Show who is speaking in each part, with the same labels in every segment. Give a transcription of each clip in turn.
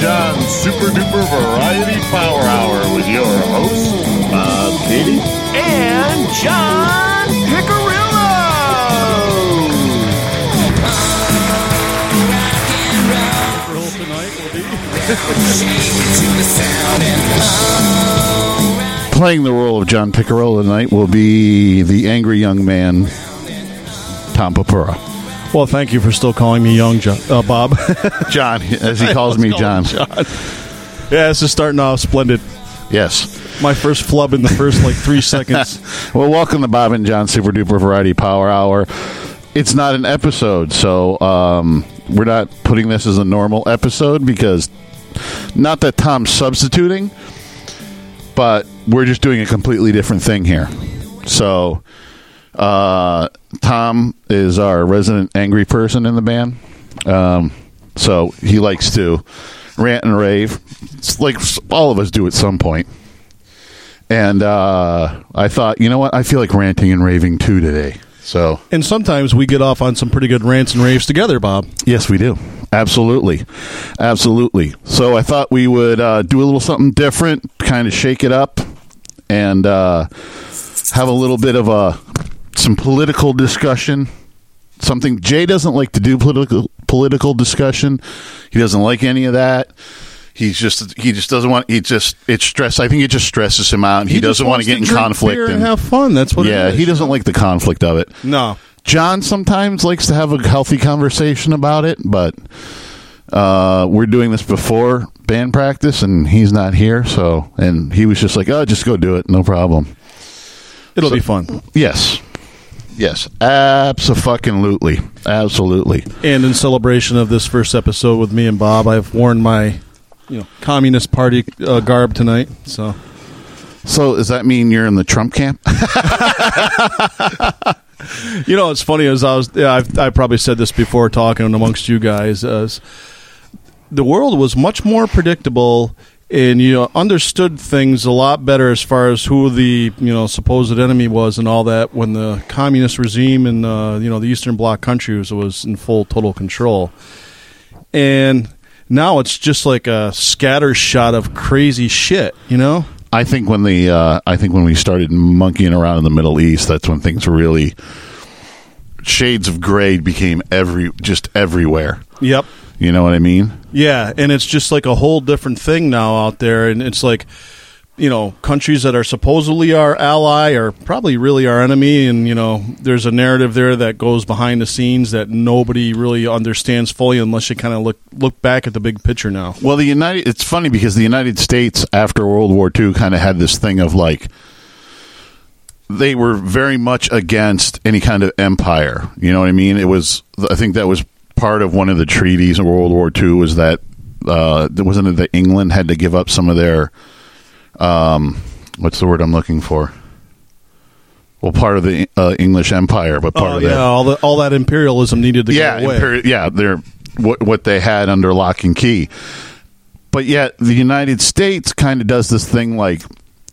Speaker 1: John's Super Duper Variety Power Hour with your hosts, Bob Katie and John Picarillo. Playing the role of John Picarillo tonight will be the angry young man, Tom Papura.
Speaker 2: Well, thank you for still calling me young, John, uh, Bob.
Speaker 1: John, as he calls me, John.
Speaker 2: yeah, this is starting off splendid.
Speaker 1: Yes.
Speaker 2: My first flub in the first like three seconds.
Speaker 1: Well, welcome to Bob and John Super Duper Variety Power Hour. It's not an episode, so um, we're not putting this as a normal episode because not that Tom's substituting, but we're just doing a completely different thing here. So, uh, Tom is our resident angry person in the band. Um, so he likes to rant and rave. It's like all of us do at some point. And uh, I thought, you know what? I feel like ranting and raving too today. So,
Speaker 2: And sometimes we get off on some pretty good rants and raves together, Bob.
Speaker 1: yes, we do. Absolutely. Absolutely. So, I thought we would uh, do a little something different, kind of shake it up, and uh, have a little bit of a some political discussion. Something Jay doesn't like to do political political discussion. He doesn't like any of that. He's just he just doesn't want he just it stress I think it just stresses him out and he,
Speaker 2: just
Speaker 1: doesn't want
Speaker 2: wants
Speaker 1: to get in
Speaker 2: drink
Speaker 1: conflict
Speaker 2: beer and, have fun. That's what.
Speaker 1: yeah,
Speaker 2: it is.
Speaker 1: he doesn't like the conflict of it.
Speaker 2: No,
Speaker 1: John sometimes likes to have a healthy conversation about it, but uh, we're doing this before band practice, and he's not here. So, and he was just like, "Oh, just go do it, no problem."
Speaker 2: it'll be fun.
Speaker 1: Yes, yes, absolutely, absolutely.
Speaker 2: And in celebration of this first episode with me and Bob, I've worn my, you know, communist party uh, garb tonight. So
Speaker 1: So, does that mean you're in the Trump camp?
Speaker 2: You know, it's funny as I was. Yeah, I've, I probably said this before talking amongst you guys. Uh, s- the world was much more predictable, and you know, understood things a lot better as far as who the you know supposed enemy was and all that when the communist regime and uh, you know the Eastern Bloc countries was in full total control, and now it's just like a scatter shot of crazy shit. You know,
Speaker 1: I think when the uh, I think when we started monkeying around in the Middle East, that's when things really shades of gray became every just everywhere.
Speaker 2: yep.
Speaker 1: You know what I mean?
Speaker 2: Yeah, and it's just like a whole different thing now out there, and it's like, you know, countries that are supposedly our ally are probably really our enemy, and you know, there's a narrative there that goes behind the scenes that nobody really understands fully unless you kind of look look back at the big picture now.
Speaker 1: Well, the United it's funny because the United States after World War II kind of had this thing of like they were very much against any kind of empire. You know what I mean? It was I think that was part of one of the treaties in World War II was that uh wasn't it that England had to give up some of their um what's the word I'm looking for? Well, part of the uh, English Empire, but part
Speaker 2: Oh
Speaker 1: of their
Speaker 2: yeah, all the, all that imperialism needed to
Speaker 1: yeah,
Speaker 2: go away.
Speaker 1: imperi- yeah, they're what what they had under lock and key. But yet the United States kind of does this thing like,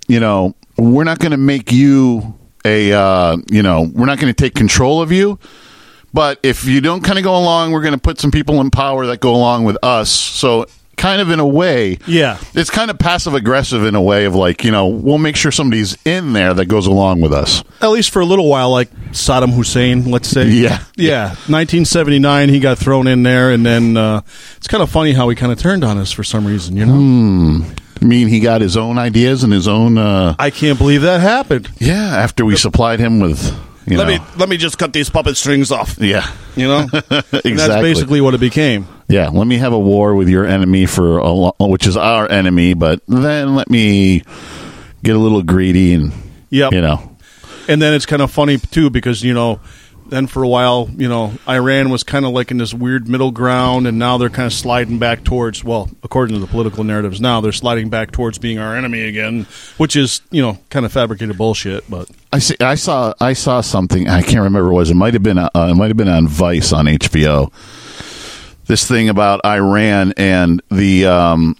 Speaker 1: you know, we're not going to make you a, uh, you know, we're not going to take control of you. But if you don't kind of go along, we're going to put some people in power that go along with us. So kind of in a way,
Speaker 2: yeah,
Speaker 1: it's kind of passive aggressive in a way of like, you know, we'll make sure somebody's in there that goes along with us.
Speaker 2: at least for a little while, like Saddam Hussein, let's say.
Speaker 1: Yeah.
Speaker 2: yeah. 1979, he got thrown in there, and then uh, it's kind of funny how he kind of turned on us for some reason, you know.
Speaker 1: I mean, he got his own ideas and his own uh,
Speaker 2: I can't believe that happened.
Speaker 1: Yeah, after we supplied him with, you know,
Speaker 2: let me just cut these puppet strings off.
Speaker 1: yeah,
Speaker 2: You know,
Speaker 1: exactly.
Speaker 2: And that's basically what it became.
Speaker 1: yeah, let me have a war with your enemy for a lo- which is our enemy, but then let me get a little greedy and
Speaker 2: Yep.
Speaker 1: you know,
Speaker 2: And then it's kind of funny too because you know, then for a while, you know, Iran was kind of like in this weird middle ground, and now they're kind of sliding back towards. Well, according to the political narratives, now they're sliding back towards being our enemy again, which is you know kind of fabricated bullshit. But
Speaker 1: I see. I saw. I saw something. I can't remember what it was. It might have been. Uh, it might have been on Vice on HBO. This thing about Iran and the. Um,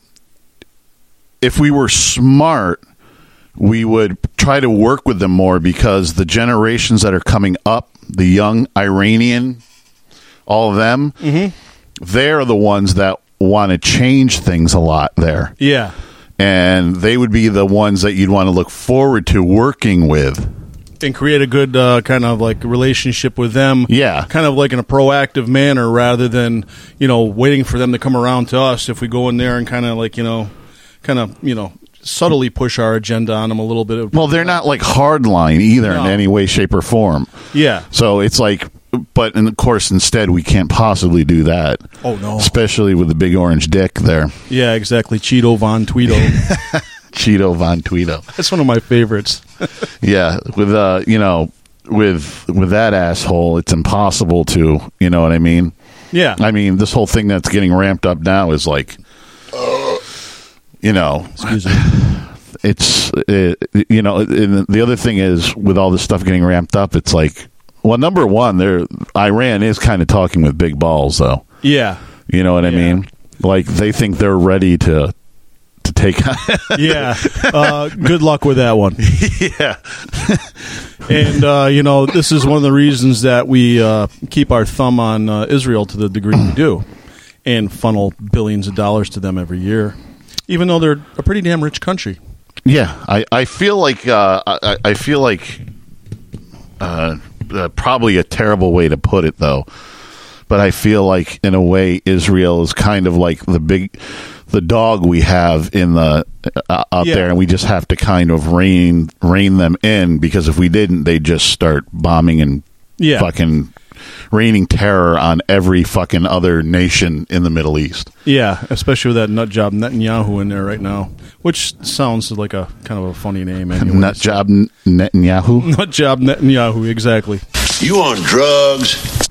Speaker 1: if we were smart, we would try to work with them more because the generations that are coming up, the young Iranian, all of them, they're the ones that want to change things a lot there.
Speaker 2: Yeah.
Speaker 1: And they would be the ones that you'd want to look forward to working with.
Speaker 2: And create a good uh, kind of like relationship with them.
Speaker 1: Yeah.
Speaker 2: Kind of like in a proactive manner rather than, you know, waiting for them to come around to us if we go in there and kind of like, you know, kind of, you know, subtly push our agenda on them a little bit.
Speaker 1: Well, they're not like hardline either in
Speaker 2: No.
Speaker 1: any way, shape, or form.
Speaker 2: Yeah.
Speaker 1: So it's like, but and of course, instead, we can't possibly do that.
Speaker 2: Oh, no.
Speaker 1: Especially with the big orange dick there.
Speaker 2: Yeah, exactly. Cheeto Von Tweedo.
Speaker 1: Cheeto Von Tweedo.
Speaker 2: That's one of my favorites.
Speaker 1: Yeah, with uh, you know, with with that asshole, it's impossible to, you know what I mean?
Speaker 2: Yeah.
Speaker 1: I mean, this whole thing that's getting ramped up now is like you know,
Speaker 2: Excuse me.
Speaker 1: it's uh you know, and the other thing is with all this stuff getting ramped up, it's like well, number one, there Iran is kind of talking with big balls though.
Speaker 2: Yeah.
Speaker 1: You know what I
Speaker 2: Yeah.
Speaker 1: mean? Like they think they're ready to to take on
Speaker 2: Yeah. Uh, good luck with that one.
Speaker 1: Yeah.
Speaker 2: And uh, you know, this is one of the reasons that we uh, keep our thumb on uh, Israel to the degree we do, and funnel billions of dollars to them every year, even though they're a pretty damn rich country.
Speaker 1: Yeah, I, I feel like uh, I, I feel like uh, uh, probably a terrible way to put it though, but I feel like in a way Israel is kind of like the big the dog we have in the uh, out
Speaker 2: Yeah.
Speaker 1: there, and we just have to kind of rein rein them in because if we didn't, they'd just start bombing and
Speaker 2: Yeah.
Speaker 1: fucking raining terror on every fucking other nation in the Middle East.
Speaker 2: Yeah, especially with that nut job Netanyahu in there right now, which sounds like a kind of a funny name. Anyways.
Speaker 1: Nut job N- Netanyahu.
Speaker 2: nut job Netanyahu, exactly.
Speaker 3: You on drugs?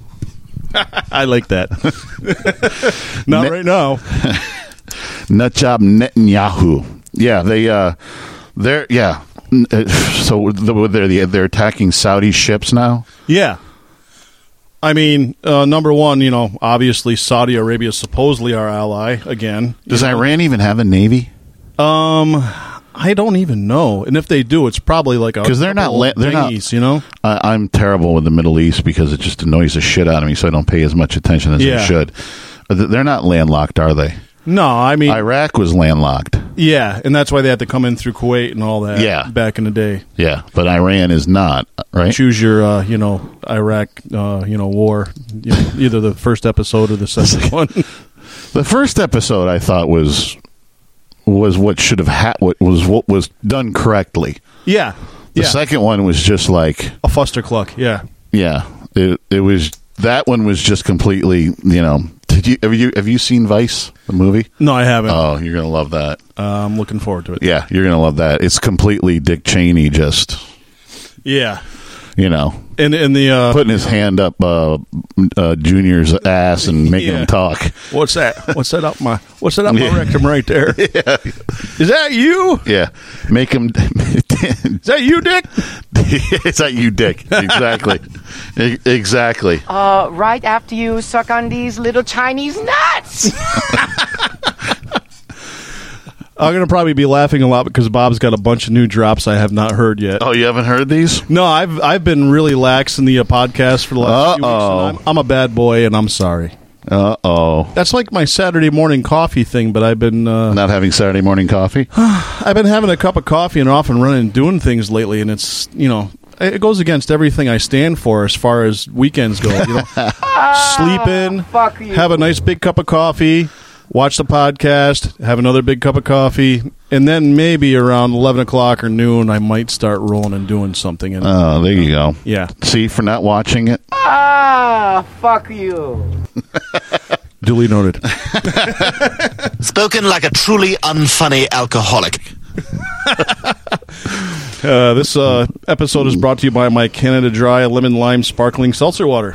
Speaker 2: I like that. Not
Speaker 1: Ne-
Speaker 2: right now.
Speaker 1: Nutjob Netanyahu. Yeah, they uh, they're yeah. N- uh, So the- they're they're attacking Saudi ships now.
Speaker 2: Yeah. I mean, uh, number one, you know, obviously Saudi Arabia is supposedly our ally again.
Speaker 1: Does Iran even have a navy?
Speaker 2: Um, I don't even know, and if they do, it's probably like a
Speaker 1: 'Cause they're not
Speaker 2: couple
Speaker 1: la- they're not-
Speaker 2: dinghies, you know.
Speaker 1: I, I'm terrible with the Middle East because it just annoys the shit out of me, so I don't pay as much attention as I
Speaker 2: Yeah.
Speaker 1: should. Uh, th- They're not landlocked, are they?
Speaker 2: No, I mean,
Speaker 1: Iraq was landlocked.
Speaker 2: yeah, and that's why they had to come in through Kuwait and all that.
Speaker 1: Yeah.
Speaker 2: back in the day,
Speaker 1: Yeah, but Iran is not, right?
Speaker 2: choose your, uh, you know, Iraq, uh, you know, war, you know, either the first episode or the second one.
Speaker 1: The first episode I thought was was what should have ha- what was what was done correctly.
Speaker 2: yeah,
Speaker 1: The
Speaker 2: yeah,
Speaker 1: second one was just like
Speaker 2: a fustercluck. Yeah,
Speaker 1: Yeah, it it was that one was just completely. You know, did you have you have you seen Vice the movie?
Speaker 2: no, I haven't.
Speaker 1: Oh, you're gonna love that.
Speaker 2: Uh, I'm looking forward to it.
Speaker 1: Yeah, you're gonna love that. It's completely Dick Cheney, just
Speaker 2: Yeah,
Speaker 1: you know,
Speaker 2: and and the uh,
Speaker 1: putting his hand up uh, uh, Junior's ass and making
Speaker 2: Yeah.
Speaker 1: him talk.
Speaker 2: what's that? What's that up my? What's that up
Speaker 1: Yeah.
Speaker 2: my rectum right there? Is that you?
Speaker 1: Yeah, make him.
Speaker 2: Is that you, Dick?
Speaker 1: it's not you, Dick. Exactly, E- exactly.
Speaker 4: Uh, right after you suck on these little Chinese nuts!
Speaker 2: I'm gonna probably be laughing a lot because Bob's got a bunch of new drops I have not heard yet.
Speaker 1: Oh, you haven't heard these?
Speaker 2: No, I've I've been really lax in the uh, podcast for the last few
Speaker 1: Uh-oh.
Speaker 2: weeks. And I'm, I'm a bad boy, and I'm sorry.
Speaker 1: Uh oh.
Speaker 2: That's like my Saturday morning coffee thing, but I've been uh,
Speaker 1: Not having Saturday morning coffee.
Speaker 2: I've been having a cup of coffee and off and running, doing things lately, and it's you know it goes against everything I stand for as far as weekends go. You know, sleep in,
Speaker 4: fuck you.
Speaker 2: have a nice big cup of coffee. Watch the podcast, have another big cup of coffee, and then maybe around eleven o'clock or noon, I might start rolling and doing something. And
Speaker 1: Oh, there you go.
Speaker 2: Yeah.
Speaker 1: See, for not watching it.
Speaker 4: ah, fuck you.
Speaker 2: Duly noted.
Speaker 3: Spoken like a truly unfunny alcoholic.
Speaker 2: Uh, this uh, episode is brought to you by my Canada Dry Lemon Lime Sparkling Seltzer Water.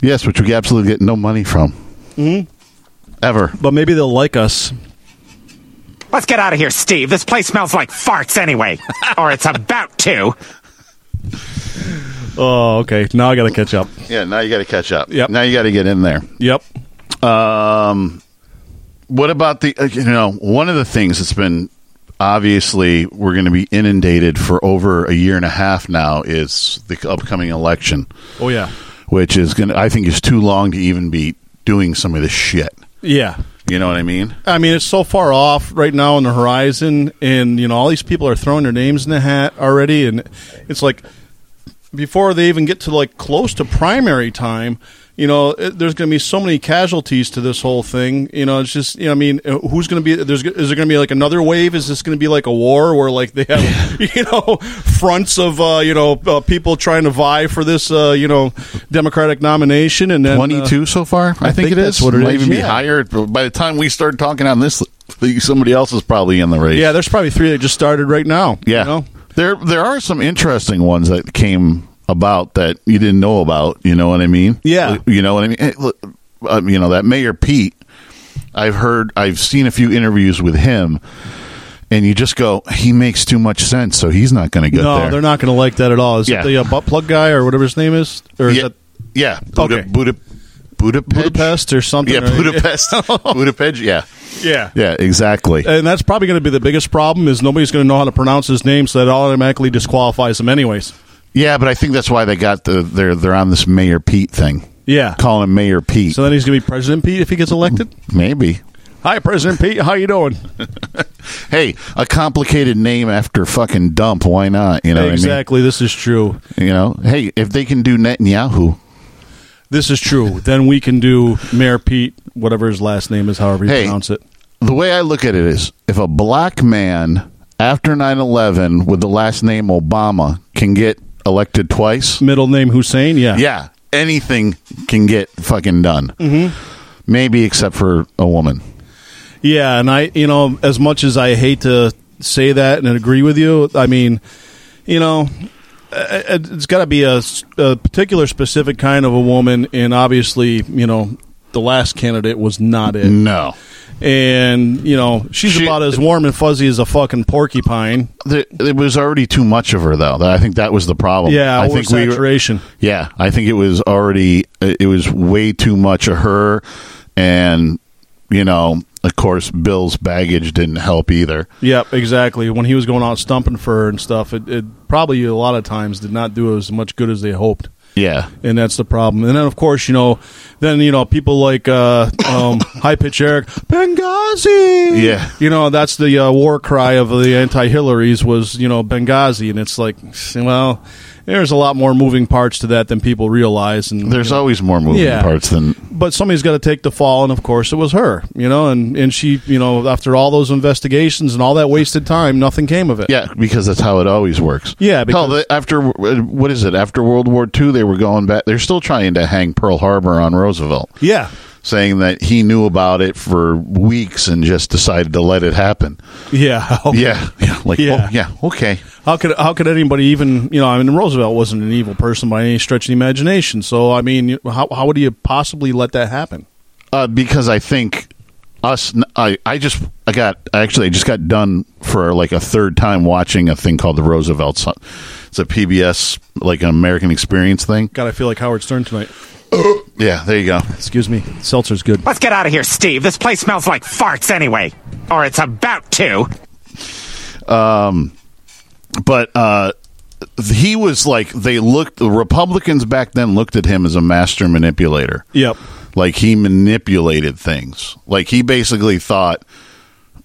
Speaker 1: Yes, which we absolutely get no money from. Mm-hmm. Ever.
Speaker 2: But maybe they'll like us.
Speaker 5: Let's get out of here, Steve. This place smells like farts anyway. or it's about to.
Speaker 2: Oh, okay. Now I got to catch up.
Speaker 1: Yeah, now you got to catch up.
Speaker 2: Yep.
Speaker 1: Now you got to get in there.
Speaker 2: Yep.
Speaker 1: What about the, uh, you know, one of the things that's been obviously we're going to be inundated for over a year and a half now is the upcoming election,
Speaker 2: Oh, yeah.
Speaker 1: which is going to, I think, is too long to even be doing some of this shit.
Speaker 2: Yeah.
Speaker 1: You know what I mean?
Speaker 2: I mean, it's so far off right now on the horizon, and you know all these people are throwing their names in the hat already, and it's like before they even get to like close to primary time, you know, it, there's going to be so many casualties to this whole thing. You know, it's just, you know, I mean, uh, who's going to be? There's is there going to be like another wave? Is this going to be like a war where like they have you know fronts of uh, you know uh, people trying to vie for this uh, you know Democratic nomination, and then uh,
Speaker 1: Twenty-two E so far. I,
Speaker 2: think
Speaker 1: think, it
Speaker 2: that's
Speaker 1: is.
Speaker 2: what it
Speaker 1: Might
Speaker 2: is,
Speaker 1: even be
Speaker 2: yeah.
Speaker 1: higher. By the time we start talking on this, somebody else is probably in the race.
Speaker 2: yeah, there's probably three that just started right now.
Speaker 1: Yeah.
Speaker 2: you know?
Speaker 1: There there are some interesting ones that came about that you didn't know about, you know what I mean?
Speaker 2: Yeah.
Speaker 1: You know what I mean? Hey, look, uh, you know that Mayor Pete, I've heard I've seen a few interviews with him and you just go he makes too much sense so he's not going to get
Speaker 2: no,
Speaker 1: there.
Speaker 2: they're not going to like that at all. Is
Speaker 1: Yeah.
Speaker 2: it the uh, butt plug guy or whatever his name is, or is
Speaker 1: yeah.
Speaker 2: that
Speaker 1: yeah. Buda,
Speaker 2: Okay.
Speaker 1: Buda, Budapest?
Speaker 2: Budapest or something?
Speaker 1: Yeah,
Speaker 2: right?
Speaker 1: Budapest. Budapest, yeah.
Speaker 2: yeah.
Speaker 1: Yeah, exactly.
Speaker 2: and that's probably going to be the biggest problem is nobody's going to know how to pronounce his name so that automatically disqualifies him anyways
Speaker 1: Yeah, but I think that's why they got the they're they're on this Mayor Pete thing.
Speaker 2: Yeah.
Speaker 1: Calling him Mayor Pete.
Speaker 2: so then he's going to be president pete if he gets elected
Speaker 1: Maybe.
Speaker 2: hi president pete how you doing
Speaker 1: hey, a complicated name after fucking dump. Why not? You know what
Speaker 2: exactly this is true
Speaker 1: I mean? You know, hey, if they can do Netanyahu,
Speaker 2: this is true then we can do mayor pete whatever his last name is however you
Speaker 1: Hey.
Speaker 2: pronounce it
Speaker 1: the way I look at it is, if a black man after 9-11 with the last name Obama can get elected twice,
Speaker 2: middle name hussein yeah
Speaker 1: yeah, anything can get fucking done. Mm-hmm. Maybe except for a woman.
Speaker 2: Yeah, and I, you know, as much as I hate to say that and agree with you, I mean, you know, uh, it's got to be a, s- a particular, specific kind of a woman, and obviously, you know, the last candidate was not it.
Speaker 1: No.
Speaker 2: And you know, she's
Speaker 1: She-
Speaker 2: about as warm and fuzzy as a fucking porcupine.
Speaker 1: The, it was already too much of her, though. I think that was the problem.
Speaker 2: Yeah,
Speaker 1: I think we were-
Speaker 2: oversaturation.
Speaker 1: Yeah, I think it was already it was way too much of her, and you know, of course, Bill's baggage didn't help either.
Speaker 2: Yep, exactly. When he was going out stumping for her and stuff, it, it probably a lot of times did not do as much good as they hoped.
Speaker 1: Yeah,
Speaker 2: and that's the problem. And then, of course, you know, then you know people like uh, um, high pitch Eric Benghazi.
Speaker 1: Yeah.
Speaker 2: you know that's the uh, war cry of the anti-Hillaries was you know Benghazi, and it's like, well, there's a lot more moving parts to that than people realize. And
Speaker 1: there's always more moving
Speaker 2: Yeah.
Speaker 1: parts than
Speaker 2: but somebody's got to take the fall, and of course, it was her. You know, and and she, you know, after all those investigations and all that wasted time, nothing came of it.
Speaker 1: yeah, because that's how it always works.
Speaker 2: Yeah,
Speaker 1: Hell,
Speaker 2: because-
Speaker 1: the, after what is it? After World War II, they were going back. They're still trying to hang Pearl Harbor on Roosevelt,
Speaker 2: yeah,
Speaker 1: saying that he knew about it for weeks and just decided to let it happen.
Speaker 2: yeah. Oh,
Speaker 1: Yeah, yeah, like
Speaker 2: Yeah.
Speaker 1: oh, yeah, okay.
Speaker 2: How could how could anybody even you know? I mean, Roosevelt wasn't an evil person by any stretch of the imagination. So I mean, how how would you possibly let that happen?
Speaker 1: uh, because I think us. I I just I got actually I just got done for like a third time watching a thing called the Roosevelt. Son. It's a PBS like an American Experience thing.
Speaker 2: God, I feel like Howard Stern tonight.
Speaker 1: Yeah, there you go.
Speaker 2: Excuse me, seltzer's good.
Speaker 5: Let's get out of here, Steve. This place smells like farts anyway. Or it's about to.
Speaker 1: But uh, he was like they looked. The Republicans back then looked at him as a master manipulator.
Speaker 2: Yep.
Speaker 1: Like he manipulated things. Like he basically thought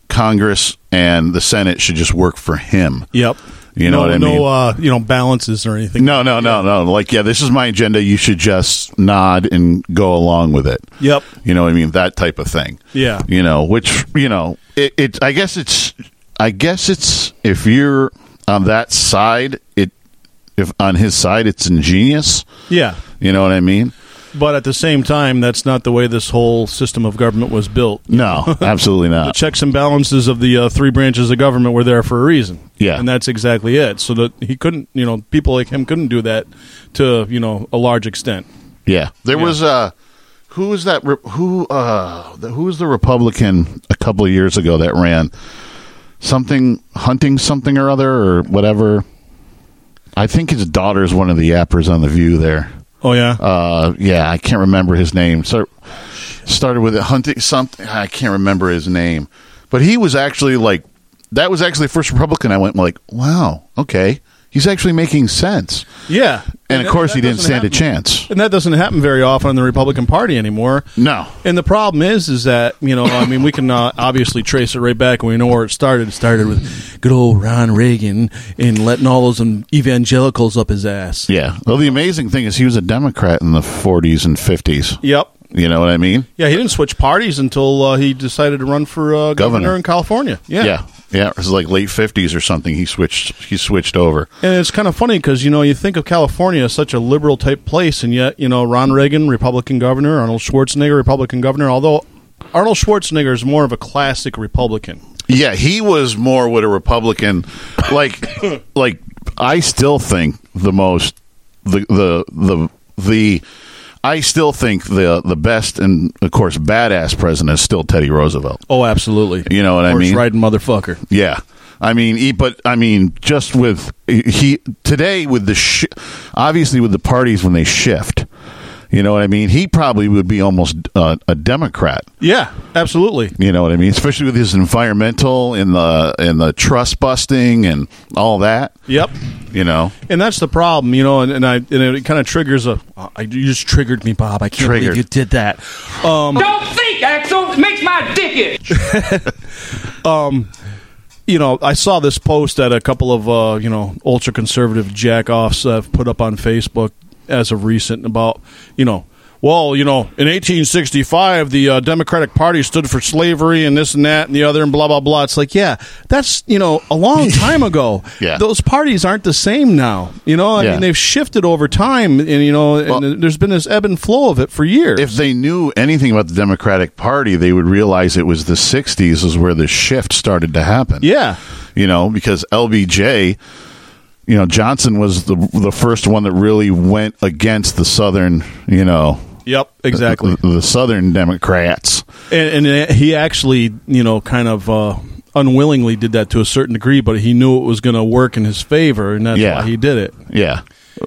Speaker 1: Congress and the Senate should just work for him.
Speaker 2: Yep.
Speaker 1: You know
Speaker 2: no,
Speaker 1: what I mean?
Speaker 2: No, uh, you know, balances or anything.
Speaker 1: No, no, no, no. Like, yeah, this is my agenda. You should just nod and go along with it.
Speaker 2: Yep.
Speaker 1: You know what I mean? That type of thing.
Speaker 2: Yeah.
Speaker 1: You know, which, you know, it, it I guess it's, I guess it's, if you're on that side, it, if on his side, it's ingenious.
Speaker 2: Yeah.
Speaker 1: You know what I mean?
Speaker 2: But at the same time, that's not the way this whole system of government was built.
Speaker 1: No, absolutely
Speaker 2: The
Speaker 1: not.
Speaker 2: checks and balances of the uh, three branches of government were there for a reason.
Speaker 1: Yeah.
Speaker 2: and that's exactly it. So that he couldn't, you know, people like him couldn't do that to you know a large extent.
Speaker 1: Yeah. There was, uh, who was that? re- Who, uh, the, who was the Republican a couple of years ago that ran something, hunting something or other or whatever? I think his daughter's one of the appers on The View there.
Speaker 2: Oh yeah,
Speaker 1: Uh, yeah, I can't remember his name. So, started with it, hunting something. I can't remember his name. But he was actually like, that was actually the first Republican I went like, wow, okay. He's actually making sense.
Speaker 2: Yeah.
Speaker 1: And, of
Speaker 2: that-
Speaker 1: course,
Speaker 2: that
Speaker 1: he didn't
Speaker 2: doesn't
Speaker 1: stand a
Speaker 2: happen-
Speaker 1: chance.
Speaker 2: And that doesn't happen very often in the Republican Party anymore.
Speaker 1: No.
Speaker 2: And the problem is, is that you know, I mean, we can uh, obviously trace it right back, and we know where it started. It started with good old Ron Reagan and letting all those um, evangelicals up his ass.
Speaker 1: Yeah. Well, the amazing thing is he was a Democrat in the 40s and 50s.
Speaker 2: Yep.
Speaker 1: You know what I mean?
Speaker 2: Yeah, he didn't switch parties until uh, he decided to run for uh, governor,
Speaker 1: Governor.
Speaker 2: in California. Yeah.
Speaker 1: Yeah. Yeah, it was like late 50s or something. He switched. He switched over.
Speaker 2: And it's kind of funny because you know you think of California as such a liberal type place, and yet you know Ron Reagan, Republican governor, Arnold Schwarzenegger, Republican governor. Although Arnold Schwarzenegger is more of a classic Republican.
Speaker 1: Yeah, he was more with a Republican. Like, like I still think the most the the the the. I still think the the best and of course badass president is still Teddy Roosevelt.
Speaker 2: Oh, absolutely.
Speaker 1: You know what I mean?
Speaker 2: riding motherfucker.
Speaker 1: Yeah. I mean, he, but I mean, just with he today with the sh- obviously with the parties when they shift, you know what I mean. He probably would be almost uh, a Democrat.
Speaker 2: Yeah, absolutely.
Speaker 1: You know what I mean, especially with his environmental and the and the trust busting and all that.
Speaker 2: Yep.
Speaker 1: You know,
Speaker 2: And that's the problem, you know. And, and I and it kind of triggers a. "Oh, I, you just triggered me, Bob. I can't
Speaker 1: Triggered.
Speaker 2: believe you did that.
Speaker 6: Don't think, Axel. It makes my dick itch.
Speaker 2: you know, I saw this post that a couple of uh, you know ultra conservative jackoffs have put up on Facebook as of recent about you know, well, you know, in 1865 the uh, Democratic Party stood for slavery and this and that and the other and blah blah blah. It's like, yeah, that's you know a long time ago.
Speaker 1: Yeah.
Speaker 2: those parties aren't the same now. You know, I
Speaker 1: Yeah.
Speaker 2: mean they've shifted over time, and you know, and
Speaker 1: Well-
Speaker 2: there's been this ebb and flow of it for years.
Speaker 1: if they knew anything about the Democratic Party, they would realize it was the '60s is where the shift started to happen.
Speaker 2: yeah,
Speaker 1: you know, because LBJ, you know, Johnson was the the first one that really went against the Southern, you know,
Speaker 2: yep, exactly.
Speaker 1: the, the Southern Democrats.
Speaker 2: and, and he actually, you know, kind of uh, unwillingly did that to a certain degree, but he knew it was going to work in his favor, and that's
Speaker 1: Yeah.
Speaker 2: why he did it.
Speaker 1: Yeah,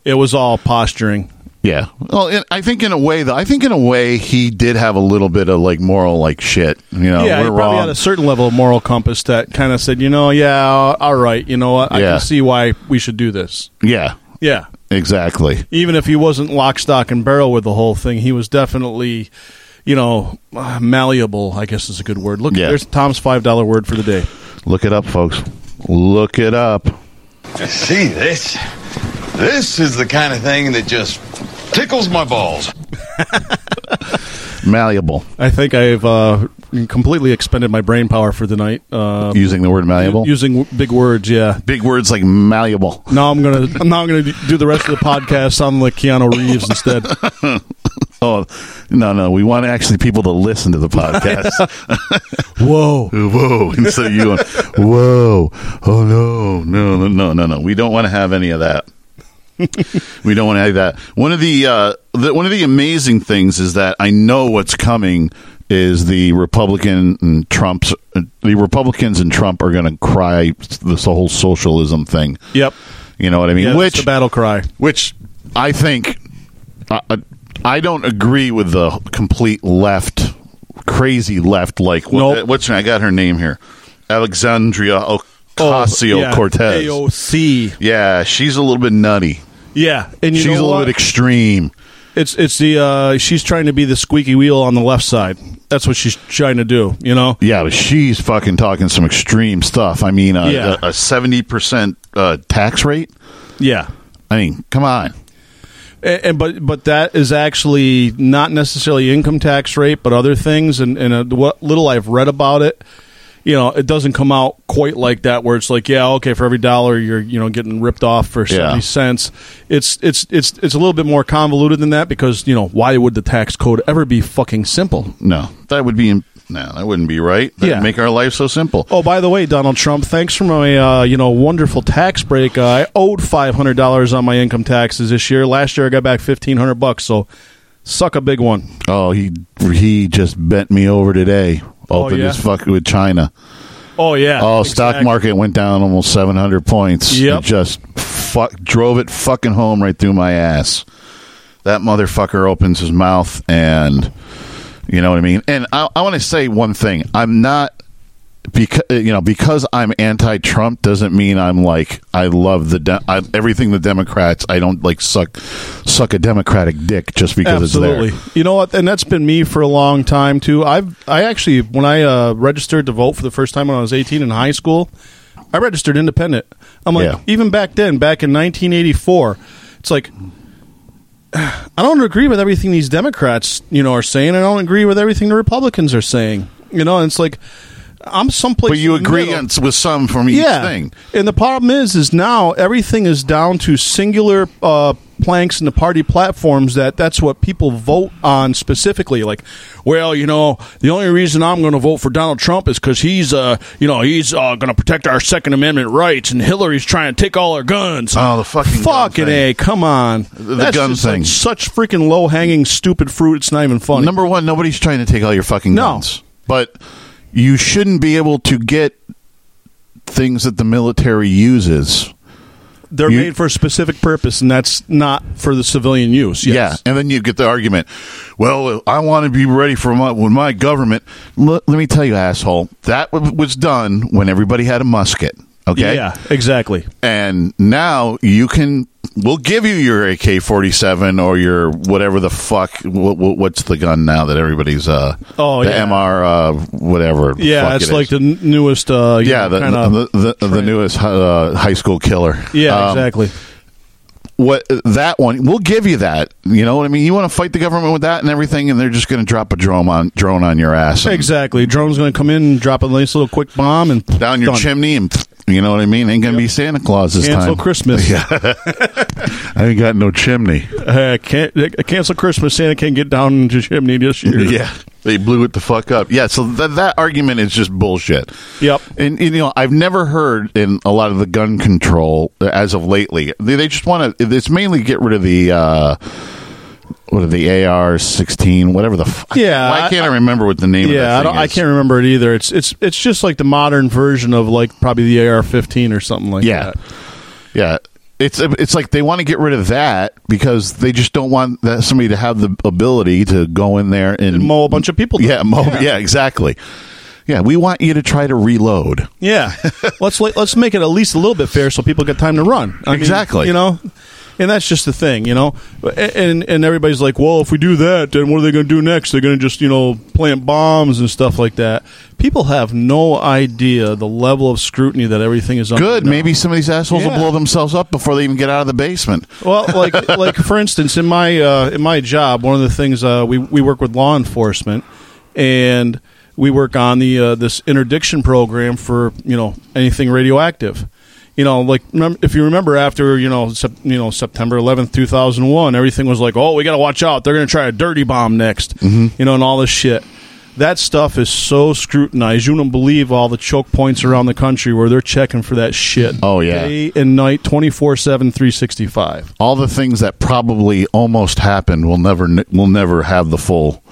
Speaker 2: It was all posturing.
Speaker 1: yeah. Well, and I think in a way, though, I think in a way he did have a little bit of like moral like shit. You know,
Speaker 2: yeah, he
Speaker 1: Uh, we're
Speaker 2: probably
Speaker 1: wrong.
Speaker 2: had a certain level of moral compass that kind of said, you know, yeah, uh, all right, you know what, I
Speaker 1: Yeah.
Speaker 2: can see why we should do this.
Speaker 1: yeah,
Speaker 2: Yeah,
Speaker 1: exactly.
Speaker 2: even if he wasn't lock, stock, and barrel with the whole thing, he was definitely. You know, uh, malleable. I guess is a good word. Look,
Speaker 1: Yeah.
Speaker 2: there's Tom's five dollar word for the day.
Speaker 1: Look it up, folks. Look it up.
Speaker 7: See this? This is the kind of thing that just tickles my balls.
Speaker 1: Malleable.
Speaker 2: I think I've uh, completely expended my brain power for the night. Uh,
Speaker 1: Using the word malleable.
Speaker 2: using w- big words. Yeah.
Speaker 1: Big words like malleable.
Speaker 2: Now I'm gonna. I'm now gonna do the rest of the podcast sound like Keanu Reeves instead.
Speaker 1: Oh no, no. We want actually people to listen to the podcast.
Speaker 2: Whoa.
Speaker 1: whoa and so you going, whoa oh no no no, no no no we don't want to have any of that we don't want to have that one of the, uh, the one of the amazing things is that i know what's coming is the republican and trump's the republicans and trump are going to cry this whole socialism thing
Speaker 2: Yep.
Speaker 1: you know what i mean
Speaker 2: Yeah, that's
Speaker 1: which
Speaker 2: the battle cry.
Speaker 1: which I think I, I- I don't agree with the complete left, crazy left. Like what, uh,
Speaker 2: Nope. Oh,
Speaker 1: what's her- I got her name here, Alexandria Ocasio Cortez.
Speaker 2: AOC.
Speaker 1: yeah, she's a little bit nutty.
Speaker 2: Yeah, and you
Speaker 1: she's a
Speaker 2: know
Speaker 1: little
Speaker 2: what?
Speaker 1: bit extreme.
Speaker 2: it's it's the uh, she's trying to be the squeaky wheel on the left side. That's what she's trying to do. You know.
Speaker 1: Yeah, but she's fucking talking some extreme stuff. I mean, a-
Speaker 2: Yeah.
Speaker 1: a seventy percent uh, tax rate.
Speaker 2: Yeah.
Speaker 1: I mean, come on.
Speaker 2: And, and but but that is actually not necessarily income tax rate, but other things. And and uh, what little I've read about it, you know, it doesn't come out quite like that. Where it's like, yeah, okay, for every dollar you're you know getting ripped off for
Speaker 1: Yeah.
Speaker 2: seventy cents. It's it's it's it's a little bit more convoluted than that because you know why would the tax code ever be fucking simple?
Speaker 1: No, that would be no, that wouldn't be right. That'd
Speaker 2: Yeah.
Speaker 1: make our life so simple.
Speaker 2: Oh, by the way, Donald Trump, thanks for my uh, you know wonderful tax break. Uh, I owed five hundred dollars on my income taxes this year. Last year I got back fifteen hundred bucks. So suck a big one.
Speaker 1: Oh, he he just bent me over today.
Speaker 2: Oh,
Speaker 1: Opened
Speaker 2: yeah?
Speaker 1: his fuck with China.
Speaker 2: Oh yeah.
Speaker 1: Oh, stock market went down almost seven hundred points.
Speaker 2: Yep.
Speaker 1: It just fuck drove it fucking home right through my ass. That motherfucker opens his mouth and you know what I mean. And I, I want to say one thing. I'm not because you know because I'm anti-Trump doesn't mean I'm like I love the de- I, everything the Democrats. I don't like suck suck a Democratic dick just because
Speaker 2: Absolutely.
Speaker 1: it's there.
Speaker 2: You know what? And that's been me for a long time too. I've I actually when I uh, registered to vote for the first time when I was 18 in high school, I registered independent. I'm like
Speaker 1: Yeah.
Speaker 2: even back then, back in 1984, it's like I don't agree with everything these Democrats, you know, are saying. I don't agree with everything the Republicans are saying. You know, and it's like I'm someplace.
Speaker 1: But you
Speaker 2: in the
Speaker 1: agree
Speaker 2: middle.
Speaker 1: on, with some from each
Speaker 2: yeah.
Speaker 1: thing.
Speaker 2: And the problem is, is now everything is down to singular uh, planks in the party platforms. That that's what people vote on specifically. Like, well, you know, the only reason I'm going to vote for Donald Trump is because he's, uh, you know, he's uh, going to protect our Second Amendment rights, and Hillary's trying to take all our guns.
Speaker 1: Oh, the fucking gun
Speaker 2: fucking
Speaker 1: thing.
Speaker 2: a, come on,
Speaker 1: The
Speaker 2: That's
Speaker 1: gun
Speaker 2: just, like,
Speaker 1: thing.
Speaker 2: such freaking low hanging stupid fruit. It's not even funny.
Speaker 1: Number one, nobody's trying to take all your fucking
Speaker 2: No.
Speaker 1: guns, but you shouldn't be able to get things that the military uses.
Speaker 2: They're
Speaker 1: you-
Speaker 2: made for a specific purpose, and that's not for the civilian use. Yes.
Speaker 1: Yeah, and then you get the argument. Well, I want to be ready for my when my government. L- let me tell you, asshole, that w- was done when everybody had a musket. Okay,
Speaker 2: Yeah, exactly.
Speaker 1: and now you can. We'll give you your AK forty seven or your whatever the fuck. What, what, what's the gun now that everybody's uh
Speaker 2: Oh,
Speaker 1: the
Speaker 2: yeah.
Speaker 1: MR uh whatever. the
Speaker 2: Yeah,
Speaker 1: fuck
Speaker 2: it's
Speaker 1: it
Speaker 2: like
Speaker 1: is.
Speaker 2: the n- newest. Uh, you
Speaker 1: yeah
Speaker 2: know,
Speaker 1: the
Speaker 2: kinda-
Speaker 1: the, the, the newest uh, high school killer.
Speaker 2: yeah,
Speaker 1: Um,
Speaker 2: exactly.
Speaker 1: what that one we'll give you that you know what i mean you want to fight the government with that and everything and they're just going to drop a drone on drone on your ass and
Speaker 2: Exactly. Drone's going to come in, and drop a nice little quick bomb, and
Speaker 1: down your
Speaker 2: done.
Speaker 1: chimney and you know what i mean ain't going to be santa claus this
Speaker 2: Cancel
Speaker 1: time
Speaker 2: Christmas.
Speaker 1: i ain't got no chimney
Speaker 2: Uh, can't, uh, cancel Christmas. Santa can't get down into chimney this year.
Speaker 1: yeah they blew it the fuck up yeah so th- that argument is just bullshit
Speaker 2: Yep.
Speaker 1: and you know i've never heard in a lot of the gun control uh, as of lately they, they just want to it's mainly get rid of the uh what are the AR sixteen, whatever the fuck?
Speaker 2: Yeah,
Speaker 1: why can't I, remember what the name? of
Speaker 2: Yeah,
Speaker 1: that
Speaker 2: I, don't,
Speaker 1: thing
Speaker 2: I
Speaker 1: is?
Speaker 2: can't remember it either. It's it's it's just like the modern version of like probably the AR-15 or something like
Speaker 1: Yeah,
Speaker 2: that.
Speaker 1: yeah. It's it's like they want to get rid of that because they just don't want that somebody to have the ability to go in there and
Speaker 2: Mow a bunch of people. down.
Speaker 1: yeah, mow, yeah, exactly. Yeah, we want you to try to reload.
Speaker 2: Yeah, let's let, let's make it at least a little bit fair so people get time to run. I mean,
Speaker 1: Exactly.
Speaker 2: you know, and that's just the thing, you know. A- And and everybody's like, well, if we do that, then what are they going to do next? They're going to just you know plant bombs and stuff like that. People have no idea the level of scrutiny that everything is under.
Speaker 1: Good,
Speaker 2: now.
Speaker 1: maybe some of these assholes
Speaker 2: Yeah.
Speaker 1: will blow themselves up before they even get out of the basement.
Speaker 2: Well, like like for instance, in my uh, in my job, one of the things uh, we we work with law enforcement, and we work on the uh, this interdiction program for you know anything radioactive. You know, like remem- if you remember after you know sep- you know September 11th, 2001, everything was like, oh, we got to watch out. They're going to try a dirty bomb next.
Speaker 1: Mm-hmm.
Speaker 2: You know, and all this shit. That stuff is so scrutinized. You don't believe all the choke points around the country where they're checking for that shit.
Speaker 1: Oh, yeah.
Speaker 2: Day and night, 24 7, 365.
Speaker 1: All the things that probably almost happened will never kn- will never have the full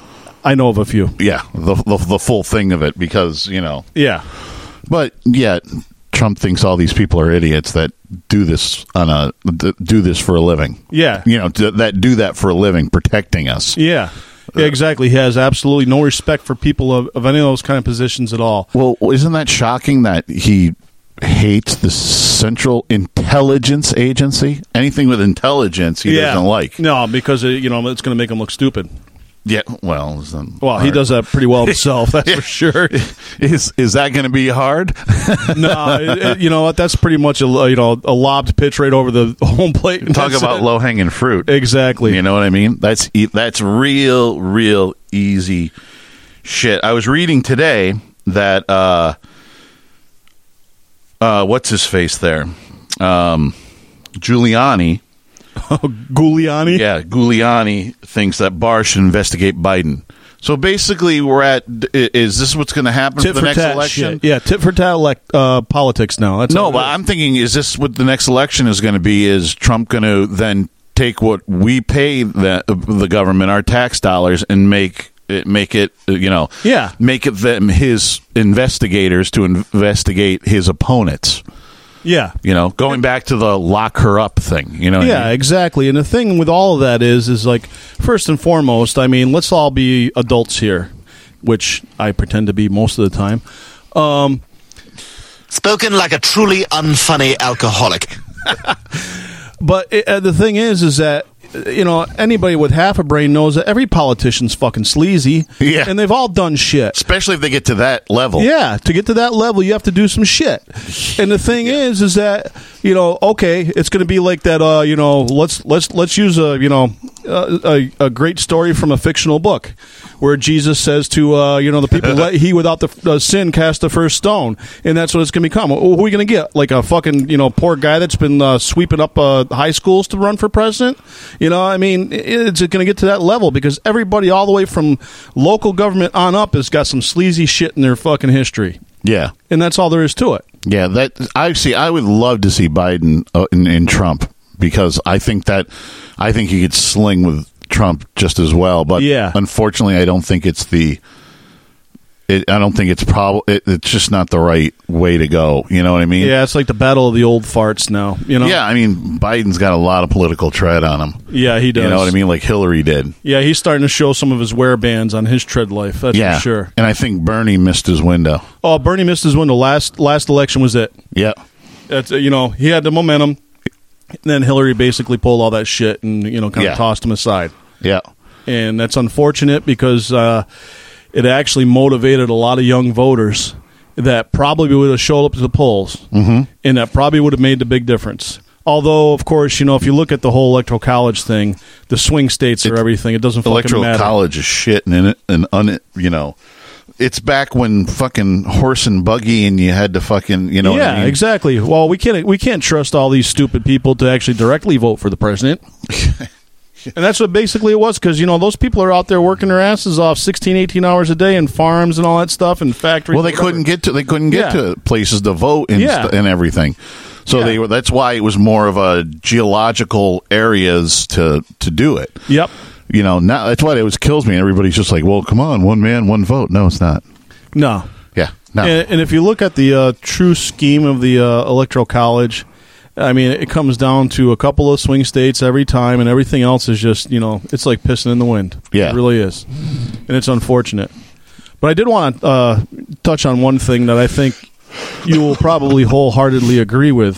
Speaker 2: I know of a few.
Speaker 1: yeah the, the the full thing of it because you know
Speaker 2: Yeah.
Speaker 1: But yet, Trump thinks all these people are idiots that do this on a th- do this for a living.
Speaker 2: Yeah.
Speaker 1: you know d that do that for a living, protecting us.
Speaker 2: Yeah. Yeah, exactly. He has absolutely no respect for people of, of any of those kind of positions at all.
Speaker 1: Well, isn't that shocking that he hates the Central Intelligence Agency? Anything with intelligence, he
Speaker 2: yeah.
Speaker 1: doesn't like.
Speaker 2: No, because, uh, you know, it's going to make him look stupid.
Speaker 1: Yeah, well, is that
Speaker 2: Well, he
Speaker 1: hard?
Speaker 2: does that pretty well himself, that's for sure.
Speaker 1: Is is that going to be hard?
Speaker 2: no, it- it- you know what? That's pretty much a, lo- you know, a lobbed pitch right over the home plate.
Speaker 1: Talk
Speaker 2: That's
Speaker 1: about
Speaker 2: it.
Speaker 1: low hanging fruit.
Speaker 2: Exactly.
Speaker 1: You know what I mean? That's e- that's real, real easy shit. I was reading today that uh, uh, what's his face there, um, Giuliani.
Speaker 2: Giuliani.
Speaker 1: Yeah, Giuliani thinks that Barr should investigate Biden. So basically, we're at i- is this what's going to happen
Speaker 2: Tit for
Speaker 1: for the next
Speaker 2: tat
Speaker 1: election?
Speaker 2: shit. Yeah, tit for tat elect, uh, politics now. That's all
Speaker 1: No,
Speaker 2: it
Speaker 1: but
Speaker 2: is.
Speaker 1: I'm thinking, is this what the next election is going to be? Is Trump going to then take what we pay the the government, our tax dollars, and make it make it uh, you know
Speaker 2: Yeah.
Speaker 1: make it them his investigators to investigate his opponents?
Speaker 2: yeah.
Speaker 1: You know, going back to the lock her up thing. You know, what I
Speaker 2: Yeah,
Speaker 1: mean?
Speaker 2: exactly. And the thing with all of that is, is like first and foremost, I mean, let's all be adults here, which I pretend to be most of the time.
Speaker 3: Spoken like a truly unfunny alcoholic.
Speaker 2: But it, uh, the thing is, is that you know anybody with half a brain knows that every politician's fucking sleazy.
Speaker 1: Yeah.
Speaker 2: and they've all done shit.
Speaker 1: especially if they get to that level.
Speaker 2: Yeah, to get to that level, you have to do some shit. And the thing is, is that you know, okay, it's going to be like that. Uh, you know, let's let's let's use a you know a, a, a great story from a fictional book, where Jesus says to uh, you know the people, let he without the uh, sin cast the first stone, and that's what it's going to become. Who are we going to get? Like a fucking you know poor guy that's been uh, sweeping up uh, high schools to run for president? You know, I mean, i- it's going to get to that level because everybody all the way from local government on up has got some sleazy shit in their fucking history
Speaker 1: yeah,
Speaker 2: and that's all there is to it.
Speaker 1: yeah. That I see. I would love to see Biden uh, and, and Trump because I think that I think you could sling with Trump just as well. But
Speaker 2: Yeah.
Speaker 1: unfortunately, I don't think it's the. It, I don't think it's probably. It, it's just not the right way to go. You know what I mean?
Speaker 2: Yeah, it's like the battle of the old farts now. You know?
Speaker 1: Yeah, I mean, Biden's got a lot of political tread on him.
Speaker 2: yeah, he does.
Speaker 1: You know what I mean? Like Hillary did.
Speaker 2: Yeah, he's starting to show some of his wear bands on his tread life. That's
Speaker 1: yeah,
Speaker 2: for sure.
Speaker 1: And I think Bernie missed his window.
Speaker 2: Oh, Bernie missed his window. Last last election was it.
Speaker 1: Yeah.
Speaker 2: That's you know he had the momentum. And then Hillary basically pulled all that shit and you know kind
Speaker 1: Yeah.
Speaker 2: of tossed him aside,
Speaker 1: Yeah.
Speaker 2: and that's unfortunate because uh, it actually motivated a lot of young voters that probably would have showed up to the polls, mm-hmm. and that probably would have made the big difference. Although, of course, you know if you look at the whole electoral college thing, the swing states are
Speaker 1: It-
Speaker 2: everything. It doesn't fucking
Speaker 1: Electoral
Speaker 2: matter.
Speaker 1: college is shit and in it and un you know. It's back when fucking horse and buggy and you had to fucking you know what I
Speaker 2: yeah,
Speaker 1: mean?
Speaker 2: exactly. Well, we can't we can't trust all these stupid people to actually directly vote for the president. and that's what basically it was because you know those people are out there working their asses off 16 18 hours a day in farms and all that stuff and factories
Speaker 1: Well, they
Speaker 2: whatever.
Speaker 1: couldn't get to they couldn't get
Speaker 2: Yeah.
Speaker 1: to places to vote and
Speaker 2: Yeah.
Speaker 1: st- and everything. So
Speaker 2: Yeah.
Speaker 1: they were that's why it was more of a geological areas to to do it.
Speaker 2: yep
Speaker 1: You know, now that's why it always kills me. Everybody's just like, "Well, come on, one man, one vote." No, it's not.
Speaker 2: no
Speaker 1: Yeah, no.
Speaker 2: And, and if you look at the uh, true scheme of the uh, electoral college, I mean, it comes down to a couple of swing states every time, and everything else is just you know, it's like pissing in the wind.
Speaker 1: Yeah.
Speaker 2: it really is, and it's unfortunate. But I did want to uh, touch on one thing that I think you will probably wholeheartedly agree with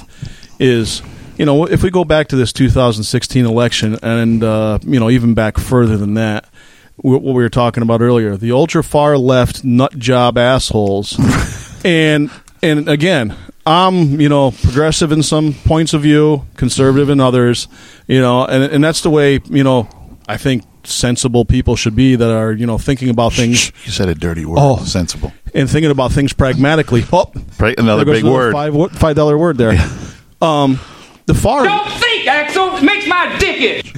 Speaker 2: is you know if we go back to this 2016 election and uh, you know even back further than that wh- what we were talking about earlier the ultra far left nut job assholes and and again I'm you know progressive in some points of view conservative in others you know and and that's the way you know I think sensible people should be that are you know thinking about things
Speaker 1: you said a dirty word.
Speaker 2: Oh.
Speaker 1: sensible.
Speaker 2: and thinking about things pragmatically oh
Speaker 1: Right, another
Speaker 2: there goes
Speaker 1: big
Speaker 2: another
Speaker 1: word.
Speaker 2: Five wo- five dollar word there. Um, the far
Speaker 6: Don't think, Axel. It makes my dick itch.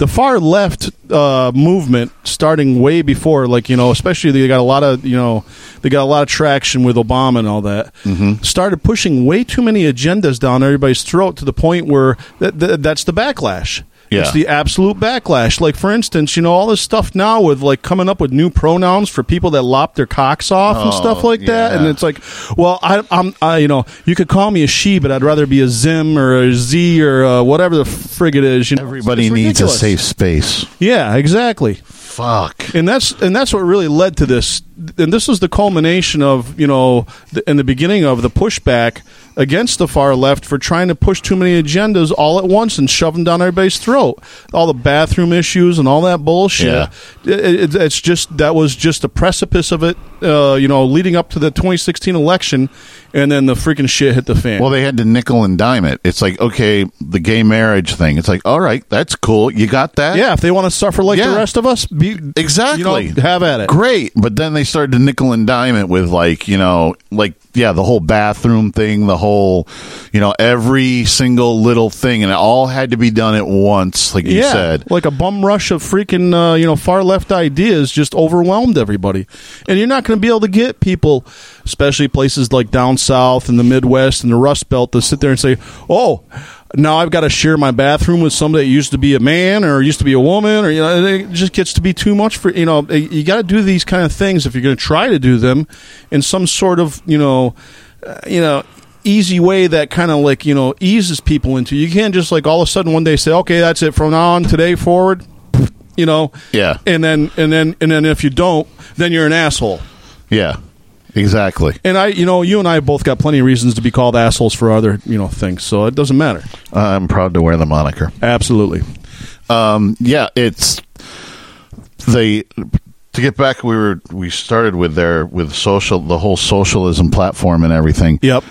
Speaker 2: the far left uh, movement starting way before, like you know, especially they got a lot of you know they got a lot of traction with Obama and all that.
Speaker 1: Mm-hmm.
Speaker 2: Started pushing way too many agendas down everybody's throat to the point where that, that, that's the backlash.
Speaker 1: Yeah.
Speaker 2: It's the absolute backlash. Like for instance, you know all this stuff now with like coming up with new pronouns for people that lop their cocks off and stuff
Speaker 1: Oh,
Speaker 2: like that, and
Speaker 1: yeah.
Speaker 2: it's like, well, I, I'm, I, you know, you could call me a she, but I'd rather be a Zim or a Z or uh, whatever the frig it is. You know,
Speaker 1: Everybody
Speaker 2: It's
Speaker 1: needs
Speaker 2: ridiculous.
Speaker 1: a safe space.
Speaker 2: Yeah, exactly.
Speaker 1: Fuck.
Speaker 2: And that's and that's what really led to this. And this was the culmination of you know the, in the beginning of the pushback against the far left for trying to push too many agendas all at once and shove them down everybody's throat. All the bathroom issues and all that bullshit.
Speaker 1: Yeah.
Speaker 2: It- it- it's just that was just the precipice of it. Uh, you know, leading up to the 2016 election, and then the freaking shit hit the fan.
Speaker 1: Well, they had to nickel and dime it. It's like, okay, the gay marriage thing. It's like, all right, that's cool. You got that?
Speaker 2: yeah, if they want to suffer like
Speaker 1: Yeah.
Speaker 2: the rest of us, be,
Speaker 1: Exactly.
Speaker 2: You know, have at it.
Speaker 1: Great. But then they started to nickel and dime it with, like, you know, like, yeah, the whole bathroom thing, the whole, you know, every single little thing. And it all had to be done at once, like you
Speaker 2: yeah,
Speaker 1: said.
Speaker 2: like a bum rush of freaking uh, you know far left ideas just overwhelmed everybody, and you're not going to be able to get people, especially places like down south and the Midwest and the Rust Belt, to sit there and say, "Oh, now I've got to share my bathroom with somebody that used to be a man or used to be a woman," or you know, it just gets to be too much for you know. You got to do these kind of things if you're going to try to do them in some sort of you know, uh, you know easy way that kind of like you know eases people into. You can't just like all of a sudden one day say, okay, that's it from now on today forward, you know.
Speaker 1: Yeah.
Speaker 2: And then and then and then if you don't, then you're an asshole.
Speaker 1: Yeah. Exactly.
Speaker 2: And I, you know, you and I both got plenty of reasons to be called assholes for other, you know, things. So it doesn't matter.
Speaker 1: I'm proud to wear the moniker.
Speaker 2: Absolutely.
Speaker 1: Um, yeah, it's they. To get back, we were we started with their with social the whole socialism platform and everything.
Speaker 2: Yep.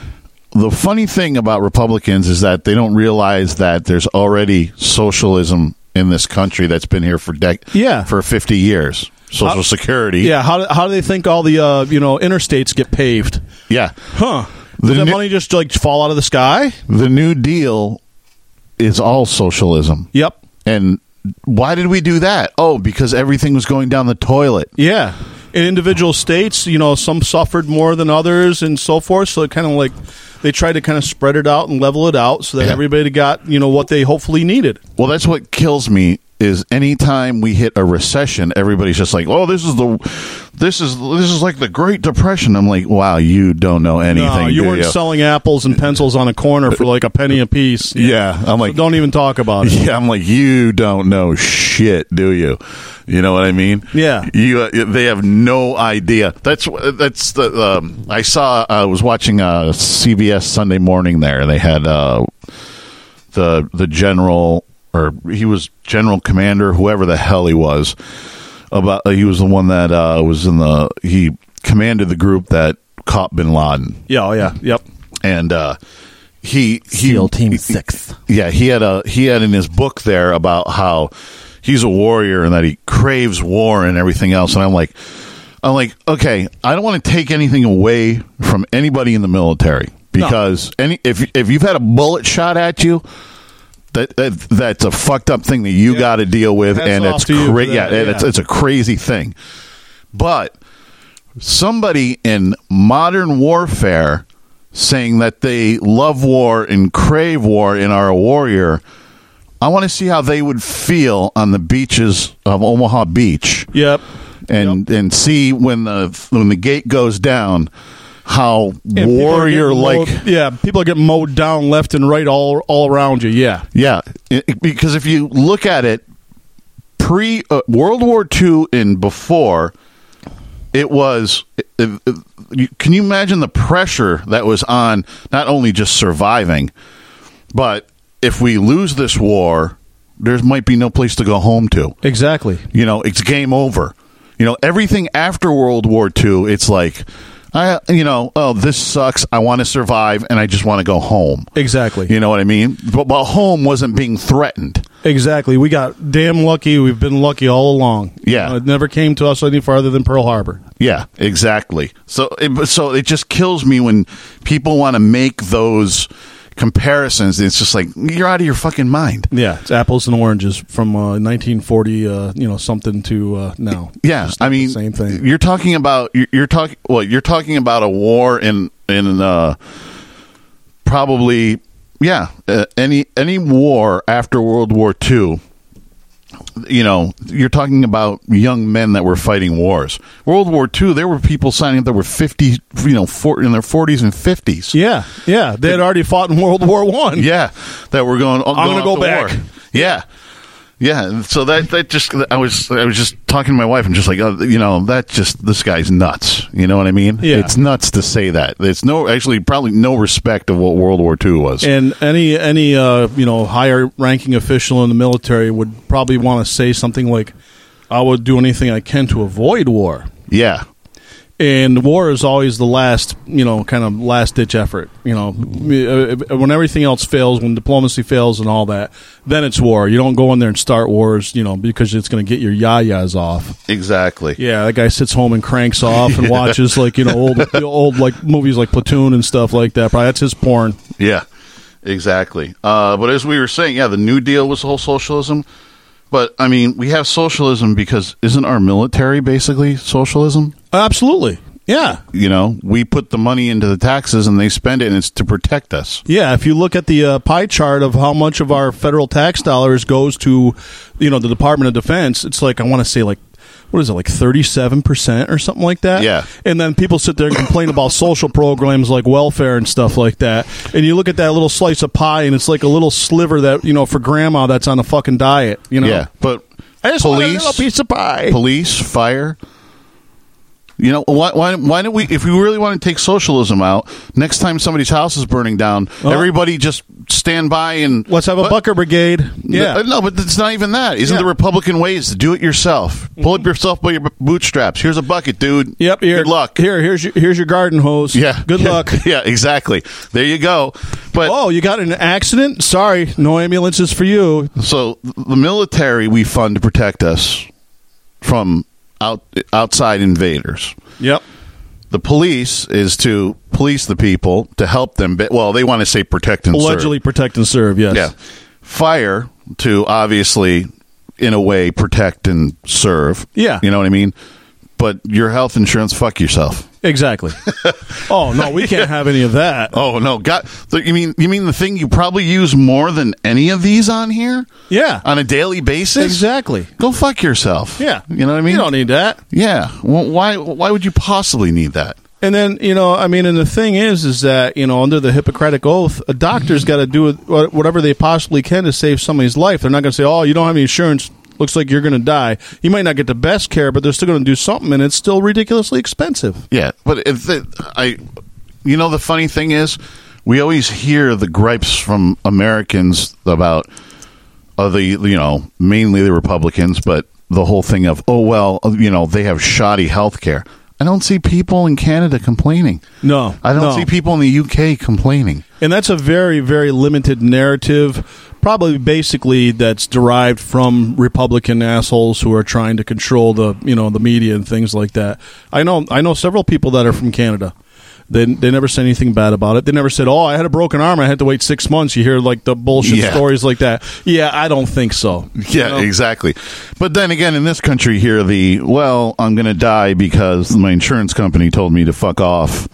Speaker 1: the funny thing about Republicans is that they don't realize that there's already socialism in this country that's been here for dec-
Speaker 2: Yeah. Uh,
Speaker 1: for 50 years. Social Security.
Speaker 2: Yeah. How do, how do they think all the uh, you know interstates get paved?
Speaker 1: Yeah.
Speaker 2: Huh?
Speaker 1: The
Speaker 2: Did the
Speaker 1: new-
Speaker 2: money just like fall out of the sky?
Speaker 1: The New Deal is all socialism.
Speaker 2: Yep.
Speaker 1: And why did we do that? Oh, because everything was going down the toilet.
Speaker 2: Yeah. In individual states, you know, some suffered more than others and so forth. So it kind of like they tried to kind of spread it out and level it out so that
Speaker 1: Yeah.
Speaker 2: everybody got, you know, what they hopefully needed.
Speaker 1: Well, that's what kills me is anytime we hit a recession, everybody's just like, "Oh, this is the this is this is like the Great Depression." I'm like, "Wow, you don't know anything."
Speaker 2: No, you
Speaker 1: do
Speaker 2: weren't selling apples and pencils on a corner for like a penny a piece.
Speaker 1: Yeah, I'm like,
Speaker 2: Don't even talk about it.
Speaker 1: yeah, I'm like, you don't know shit, do you? You know what I mean?
Speaker 2: Yeah.
Speaker 1: You, uh, they have no idea. That's wh- that's the. Um, I saw. I was watching uh, CBS Sunday Morning. There, they had uh, the the general, or he was general commander, whoever the hell he was. About he was the one that uh, was in the he commanded the group that caught Bin Laden,
Speaker 2: Yeah, oh, yeah, yep.
Speaker 1: and uh, he he
Speaker 8: Team Six.
Speaker 1: yeah he had a he had in his book there about how he's a warrior and that he craves war and everything else and i'm like i'm like okay i don't want to take anything away from anybody in the military because any if if you've had a bullet shot at you that, that that's a fucked up thing that you got to deal with
Speaker 2: Hats
Speaker 1: and
Speaker 2: off
Speaker 1: it's
Speaker 2: to you
Speaker 1: cra-
Speaker 2: for that,
Speaker 1: yeah, and it's
Speaker 2: yeah.
Speaker 1: it's a crazy thing but somebody in modern warfare saying that they love war and crave war and are a warrior. I want to see how they would feel on the beaches of Omaha Beach
Speaker 2: Yep.
Speaker 1: and and see when the when the gate goes down how
Speaker 2: And people are getting
Speaker 1: warrior like
Speaker 2: mowed- yeah, people are getting mowed down left and right all all around you. Yeah.
Speaker 1: Yeah, i- because if you look at it, pre uh, World War II and before, it was. i- i- you- can you imagine the pressure that was on not only just surviving, but if we lose this war, there might be no place to go home to.
Speaker 2: Exactly.
Speaker 1: You know, it's game over. You know, everything after World War II, it's like, I, you know, oh, this sucks. I want to survive, and I just want to go home.
Speaker 2: Exactly.
Speaker 1: You know what I mean? But, but home wasn't being threatened.
Speaker 2: Exactly. We got damn lucky. We've been lucky all along.
Speaker 1: Yeah.
Speaker 2: You know, it never came to us any farther than Pearl Harbor.
Speaker 1: Yeah, exactly. So it, so it just kills me when people want to make those comparisons. It's just like you're out of your fucking mind.
Speaker 2: Yeah, it's apples and oranges from uh, 1940, uh, you know, something to uh, now.
Speaker 1: Yeah,
Speaker 2: It's
Speaker 1: I
Speaker 2: not the
Speaker 1: mean,
Speaker 2: same thing.
Speaker 1: You're talking about you're, you're talking well, you're talking about a war in in uh, probably yeah uh, any any war after World War II. You know, you're talking about young men that were fighting wars. World War II, there were people signing up that were 50, you know, four, in their 40s and 50s.
Speaker 2: Yeah, yeah. They had already fought in World War One.
Speaker 1: Yeah, that we're going. I'm
Speaker 2: gonna go back.
Speaker 1: Yeah, yeah. and So that that just I was I was just talking to my wife and just like oh, you know that just this guy's nuts. You know what I mean?
Speaker 2: Yeah.
Speaker 1: it's nuts to say that. It's no actually probably no respect of what World War II was.
Speaker 2: And any any uh, you know higher ranking official in the military would probably want to say something like, "I would do anything I can to avoid war."
Speaker 1: yeah,
Speaker 2: and war is always the last you know kind of last ditch effort you know Uh, when everything else fails when diplomacy fails and all that then it's war you don't go in there and start wars you know because it's going to get your yayas off
Speaker 1: exactly.
Speaker 2: yeah that guy sits home and cranks off and watches like you know old old like movies like platoon and stuff like that probably that's his porn
Speaker 1: Yeah, exactly. Uh, but as we were saying, yeah, the New Deal was whole socialism. But I mean, we have socialism because isn't our military basically socialism?
Speaker 2: absolutely yeah
Speaker 1: You know, we put the money into the taxes and they spend it, and it's to protect us.
Speaker 2: Yeah, if you look at the uh, pie chart of how much of our federal tax dollars goes to, you know, the Department of Defense, it's like I want to say like what is it like 37% or something like that
Speaker 1: Yeah.
Speaker 2: and then people sit there and complain about social programs like welfare and stuff like that and you look at that little slice of pie and it's like a little sliver that you know for grandma that's on a fucking diet you know
Speaker 1: Yeah, but
Speaker 2: i just want a
Speaker 1: police,
Speaker 2: little piece of pie
Speaker 1: police, fire. You know why? Why, why don't we? If we really want to take socialism out, next time somebody's house is burning down, everybody just stand by and
Speaker 2: Let's have a
Speaker 1: But-
Speaker 2: Bucker
Speaker 1: uh,
Speaker 2: Brigade. Yeah.
Speaker 1: no, but it's not even that. Isn't
Speaker 2: Yeah. Mm-hmm.
Speaker 1: the Republican way is to do it yourself? Pull up yourself by your b- bootstraps. Here's a bucket, dude.
Speaker 2: Yep. Here,
Speaker 1: Good luck.
Speaker 2: Here, here's your, here's your garden hose.
Speaker 1: Yeah.
Speaker 2: Good
Speaker 1: Yeah.
Speaker 2: luck.
Speaker 1: Yeah, exactly. There you go. But
Speaker 2: Oh, you got in an accident? Sorry, no ambulances for you.
Speaker 1: so the military we fund to protect us from out, outside invaders.
Speaker 2: Yep.
Speaker 1: The police is to police the people to help them. But, well, they want to say protect and serve.
Speaker 2: Allegedly protect and serve. Yes.
Speaker 1: Yeah. Fire to obviously, in a way, protect and serve.
Speaker 2: Yeah.
Speaker 1: You know what I mean? But your health insurance, fuck yourself.
Speaker 2: Exactly. oh no, we can't have any of that.
Speaker 1: Oh no, God! So you mean you mean the thing you probably use more than any of these on here?
Speaker 2: Yeah.
Speaker 1: on a daily basis.
Speaker 2: Exactly.
Speaker 1: Go fuck yourself.
Speaker 2: Yeah.
Speaker 1: you know what I mean.
Speaker 2: You don't need that.
Speaker 1: Yeah. Well, why? Why would you possibly need that?
Speaker 2: And then you know, I mean, and the thing is, is that you know, under the Hippocratic oath, a
Speaker 1: Mm-hmm.
Speaker 2: doctor's got to do wha- whatever they possibly can to save somebody's life. They're not going to say, "Oh, you don't have any insurance. Looks like you're going to die." You might not get the best care, but they're still going to do something, and it's still ridiculously expensive.
Speaker 1: Yeah, but if the, I, you know, the funny thing is, we always hear the gripes from Americans about uh, the you know mainly the Republicans, but the whole thing of oh well, you know, they have shoddy health care. I don't see people in Canada complaining.
Speaker 2: No,
Speaker 1: I don't
Speaker 2: no.
Speaker 1: see people in the UK complaining.
Speaker 2: And that's a very, very limited narrative, probably basically that's derived from Republican assholes who are trying to control the you know the media and things like that. I know I know several people that are from Canada. They, they never said anything bad about it. They never said, "Oh, I had a broken arm. I had to wait six months." You hear like the bullshit
Speaker 1: Yeah.
Speaker 2: stories like that. Yeah, I don't think so.
Speaker 1: Yeah, exactly. But then again, in this country here, the well, I'm going to die because my insurance company told me to fuck off,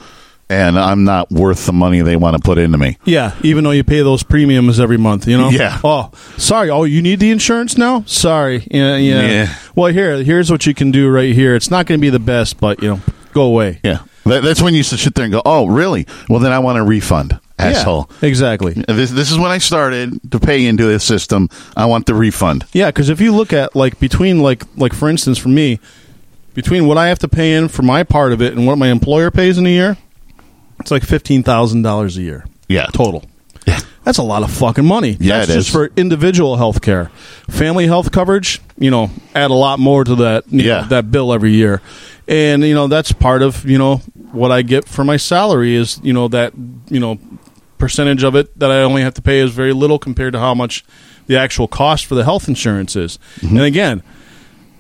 Speaker 1: and I'm not worth the money they want to put into me.
Speaker 2: Yeah, even though you pay those premiums every month, you know.
Speaker 1: Yeah.
Speaker 2: Oh, sorry. Oh, you need the insurance now. Sorry. Yeah, yeah.
Speaker 1: Yeah.
Speaker 2: Well, here, here's what you can do right here. It's not going to be the best, but you know, go away.
Speaker 1: Yeah, that, that's when you should sit there and go, "Oh, really? Well, then I want a refund, asshole."
Speaker 2: Yeah, exactly.
Speaker 1: This this is when I started to pay into this system. I want the refund.
Speaker 2: Yeah, because if you look at like between like like for instance for me, between what I have to pay in for my part of it and what my employer pays in a year, it's like fifteen thousand dollars a year.
Speaker 1: Yeah.
Speaker 2: total. That's a lot of fucking money.
Speaker 1: Yeah,
Speaker 2: That's
Speaker 1: it
Speaker 2: just
Speaker 1: is.
Speaker 2: for individual health care. Family health coverage, you know, add a lot more to that you know,
Speaker 1: Yeah.
Speaker 2: that bill every year. And you know, that's part of, you know, what I get for my salary is, you know, that, you know, percentage of it that I only have to pay is very little compared to how much the actual cost for the health insurance is. And again,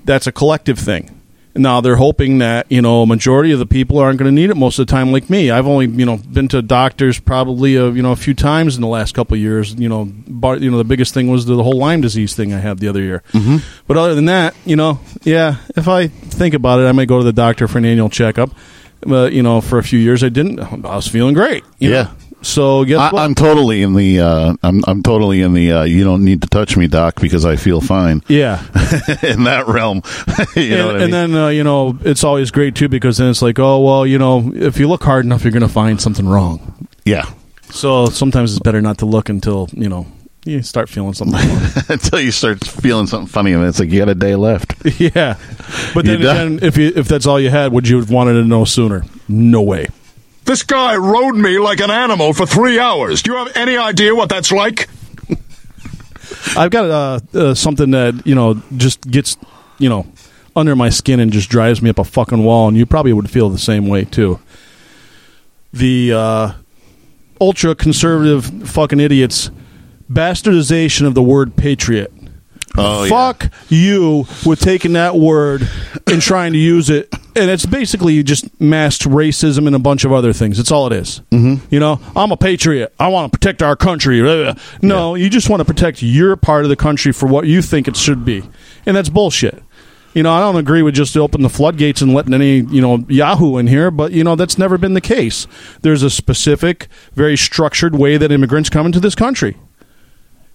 Speaker 2: that's a collective thing. Now they're hoping that you know a majority of the people aren't going to need it most of the time, like me. I've only you know been to doctors probably a, you know a few times in the last couple of years. You know, bar, you know the biggest thing was the, whole Lyme disease thing I had the other year. Mm-hmm. But other than that, you know, yeah, if I think about it, I might go to the doctor for an annual checkup. But you know, for a few years I didn't. I was feeling great. you
Speaker 1: Yeah.
Speaker 2: know. So guess
Speaker 1: I,
Speaker 2: what?
Speaker 1: I'm totally in the. Uh, I'm I'm totally in the. Uh, you don't need to touch me, doc, because I feel fine.
Speaker 2: yeah.
Speaker 1: in that realm, you know.
Speaker 2: and,
Speaker 1: what I
Speaker 2: and
Speaker 1: mean?
Speaker 2: then uh, you know it's always great too because then it's like oh well you know if you look hard enough you're going to find something wrong
Speaker 1: yeah.
Speaker 2: so sometimes it's better not to look until you know you start feeling something wrong.
Speaker 1: until you start feeling something funny and it's like you got a day left
Speaker 2: yeah but
Speaker 1: You
Speaker 2: then
Speaker 1: done?
Speaker 2: again if you if that's all you had would you have wanted to know sooner no way
Speaker 8: This guy rode me like an animal for three hours. Do you have any idea what that's like?
Speaker 2: i've got uh, uh something that you know just gets you know under my skin and just drives me up a fucking wall and you probably would feel the same way too the uh ultra conservative fucking idiots bastardization of the word patriot.
Speaker 1: Oh, yeah.
Speaker 2: Fuck you with taking that word and trying to use it. And it's basically just masked racism and a bunch of other things. That's all it is.
Speaker 1: Mm-hmm.
Speaker 2: You know, I'm a patriot. I want to protect our country. Blah, blah. No, you just want to protect your part of the country for what you think it should be. And that's bullshit. You know, I don't agree with just open the floodgates and letting any, you know, Yahoo in here, but, you know, that's never been the case. There's a specific, very structured way that immigrants come into this country.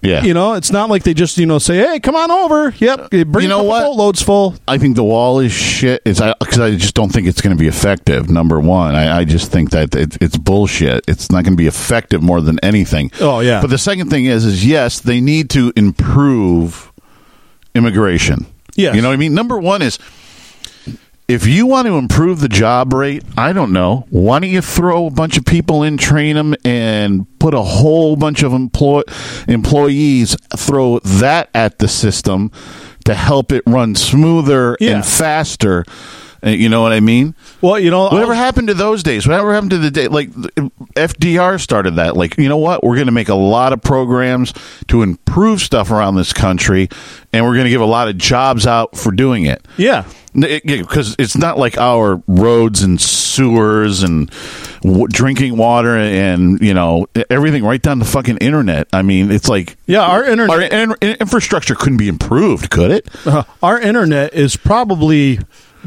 Speaker 1: yeah
Speaker 2: You know, it's not like they just you know say, "Hey, come on over." Yep, bring
Speaker 1: You know
Speaker 2: the
Speaker 1: what?
Speaker 2: boatloads full.
Speaker 1: i think the wall is shit it's because I, just don't think it's going to be effective number one i, I just think that it, it's bullshit it's not going to be effective more than anything
Speaker 2: Oh, yeah.
Speaker 1: but the second thing is is yes they need to improve immigration
Speaker 2: Yes.
Speaker 1: you know what i mean number one is If you want to improve the job rate, I don't know. Why don't you throw a bunch of people in, train them, and put a whole bunch of employ- employees throw that at the system to help it run smoother
Speaker 2: Yeah.
Speaker 1: and faster? Uh, You know what I mean?
Speaker 2: Well, you know,
Speaker 1: Whatever
Speaker 2: I'll-
Speaker 1: happened to those days? Whatever happened to the day? Like FDR started that. Like you know what? We're going to make a lot of programs to improve stuff around this country, and we're going to give a lot of jobs out for doing it.
Speaker 2: Yeah.
Speaker 1: Because it's not like our roads and sewers and w- drinking water and you know e, everything right down the fucking internet. I mean, it's like
Speaker 2: Yeah, our internet
Speaker 1: our in- in- infrastructure couldn't be improved, could it?
Speaker 2: Uh, our internet is probably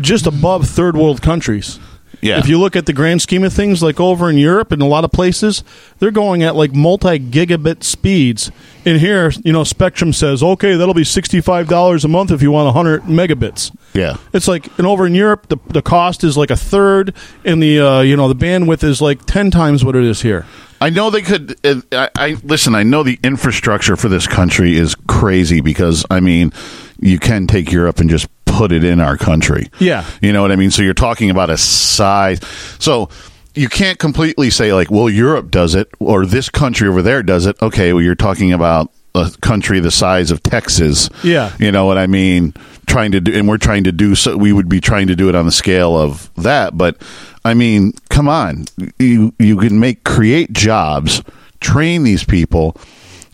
Speaker 2: just above third world countries.
Speaker 1: Yeah.
Speaker 2: If you look at the grand scheme of things, like over in Europe and a lot of places, they're going at like multi gigabit speeds. In here, you know, Spectrum says, okay, that'll be $65 a month if you want 100 megabits.
Speaker 1: Yeah.
Speaker 2: It's like, and over in Europe, the, the cost is like a third, and the, uh, you know, the bandwidth is like 10 times what it is here.
Speaker 1: I know they could. uh, I, I listen. I know the infrastructure for this country is crazy because I mean, you can take Europe and just put it in our country.
Speaker 2: Yeah.
Speaker 1: you know what I mean. So you're talking about a size. So you can't completely say like, well, Europe does it or this country over there does it. Okay, well, you're talking about a country the size of Texas.
Speaker 2: Yeah.
Speaker 1: you know what I mean. Trying to do, and we're trying to do so. We would be trying to do it on the scale of that, but I mean, come on, you you can make create jobs, train these people,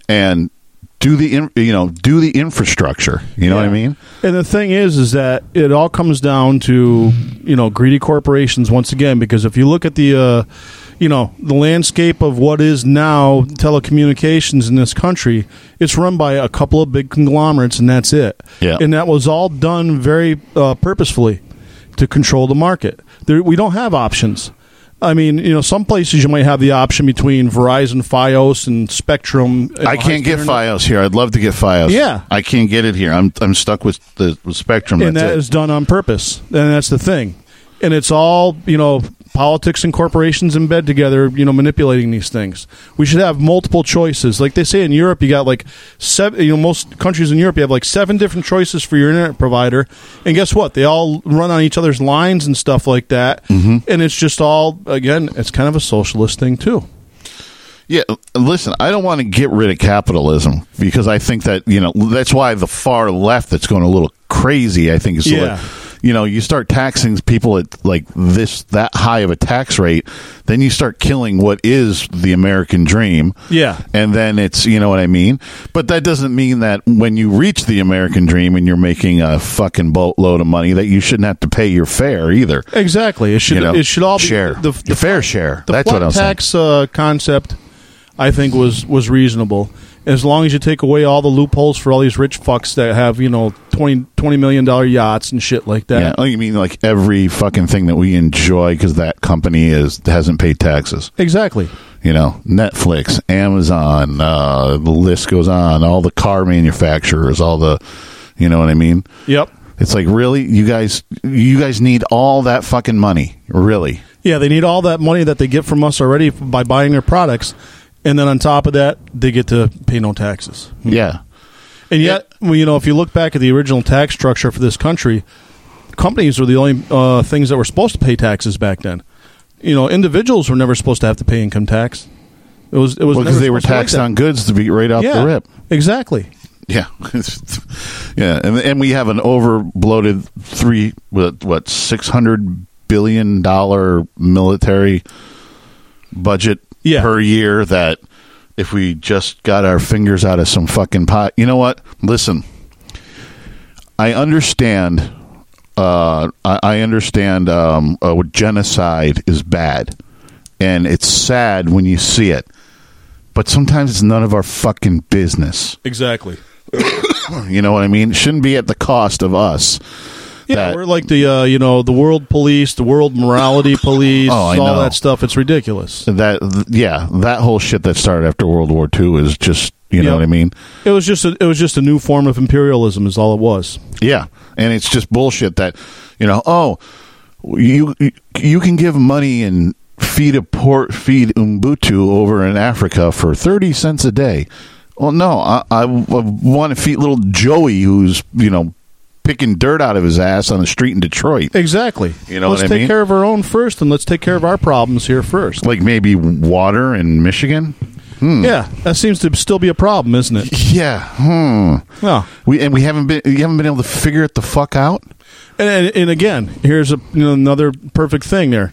Speaker 1: and do the in, you know do the infrastructure. You know what I
Speaker 2: Yeah.
Speaker 1: mean?
Speaker 2: And the thing is, is that it all comes down to you know greedy corporations once again. Because if you look at the uh, you know the landscape of what is now telecommunications in this country, it's run by a couple of big conglomerates, and that's it.
Speaker 1: Yeah.
Speaker 2: And that was all done very uh, purposefully to control the market. There, we don't have options. I mean, you know, some places you might have the option between Verizon, FiOS, and Spectrum.
Speaker 1: I can't get
Speaker 2: FiOS.
Speaker 1: FiOS here. I'd love to get FiOS.
Speaker 2: Yeah.
Speaker 1: I can't get it here. I'm I'm stuck with the with Spectrum.
Speaker 2: and
Speaker 1: That's
Speaker 2: that
Speaker 1: it.
Speaker 2: is done on purpose. And that's the thing. And it's all you know, politics and corporations in bed together, you know, manipulating these things. We should have multiple choices, like they say in Europe. You got like seven. You know, most countries in Europe you have like seven different choices for your internet provider. And guess what? They all run on each other's lines and stuff like that. And it's just all again, it's kind of a socialist thing too.
Speaker 1: Yeah, listen, I don't want to get rid of capitalism because I think that, you know, that's why the far left that's going a little crazy, I think is
Speaker 2: Yeah.
Speaker 1: like, you know, you start taxing people at like this that high of a tax rate, then you start killing what is the American dream.
Speaker 2: Yeah.
Speaker 1: And then it's, you know what I mean? But that doesn't mean that when you reach the American dream and you're making a fucking boatload of money that you shouldn't have to pay your fare either.
Speaker 2: Exactly. It should.
Speaker 1: You know,
Speaker 2: it should all be
Speaker 1: share.
Speaker 2: the,
Speaker 1: Your fair
Speaker 2: flat-
Speaker 1: share.
Speaker 2: The
Speaker 1: That's
Speaker 2: flat
Speaker 1: what I'm saying.
Speaker 2: tax uh, concept. I think was was reasonable as long as you take away all the loopholes for all these rich fucks that have you know 20, 20 million dollar yachts and shit like
Speaker 1: Yeah,
Speaker 2: that.
Speaker 1: oh, you mean like every fucking thing that we enjoy because that company is hasn't paid taxes.
Speaker 2: Exactly.
Speaker 1: You know, Netflix, Amazon, uh, the list goes on. All the car manufacturers, all the, you know what I mean.
Speaker 2: Yep.
Speaker 1: It's like really, you guys, you guys need all that fucking money, really.
Speaker 2: Yeah, they need all that money that they get from us already f- by buying their products, and then on top of that, they get to pay no taxes.
Speaker 1: Yeah,
Speaker 2: And yet, well, you know, if you look back at the original tax structure for this country, companies were the only uh, things that were supposed to pay taxes back then. You know, individuals were never supposed to have to pay income tax. It was it was
Speaker 1: well, because
Speaker 2: never
Speaker 1: they were
Speaker 2: supposed to be like
Speaker 1: taxed
Speaker 2: that.
Speaker 1: on goods to be right off
Speaker 2: yeah,
Speaker 1: the rip.
Speaker 2: Exactly.
Speaker 1: Yeah, yeah, and and we have an overbloated three what, what six hundred billion dollar military budget
Speaker 2: Yeah.
Speaker 1: per year that if we just got our fingers out of some fucking pot, you know what? Listen, I understand. Uh, I, I understand um, uh, what genocide is bad, and it's sad when you see it. But sometimes it's none of our fucking business.
Speaker 2: Exactly.
Speaker 1: You know what I mean? Shouldn't be at the cost of us.
Speaker 2: Yeah,
Speaker 1: That-
Speaker 2: we're like the uh, you know the world police, the world morality police,
Speaker 1: Oh, I
Speaker 2: all
Speaker 1: know.
Speaker 2: that stuff. It's ridiculous.
Speaker 1: That th- yeah, that whole shit that started after World War II is just you know
Speaker 2: Yeah.
Speaker 1: what I mean?
Speaker 2: It was just a, it was just a new form of imperialism, is all it was.
Speaker 1: Yeah, and it's just bullshit that you know. Oh, you you can give money and feed a port feed Umbutu over in Africa for thirty cents a day. Well, no, I, I want to feed little Joey who's you know picking dirt out of his ass on the street in Detroit.
Speaker 2: Exactly.
Speaker 1: You know
Speaker 2: let's
Speaker 1: what I
Speaker 2: take
Speaker 1: mean?
Speaker 2: care of our own first, and let's take care of our problems here first.
Speaker 1: Like maybe water in Michigan. Hmm.
Speaker 2: Yeah, that seems to still be a problem, isn't it?
Speaker 1: Yeah. Hmm.
Speaker 2: Yeah.
Speaker 1: We and we haven't been you haven't been able to figure it the fuck out.
Speaker 2: And, and, and again, here's a, you know, another perfect thing there.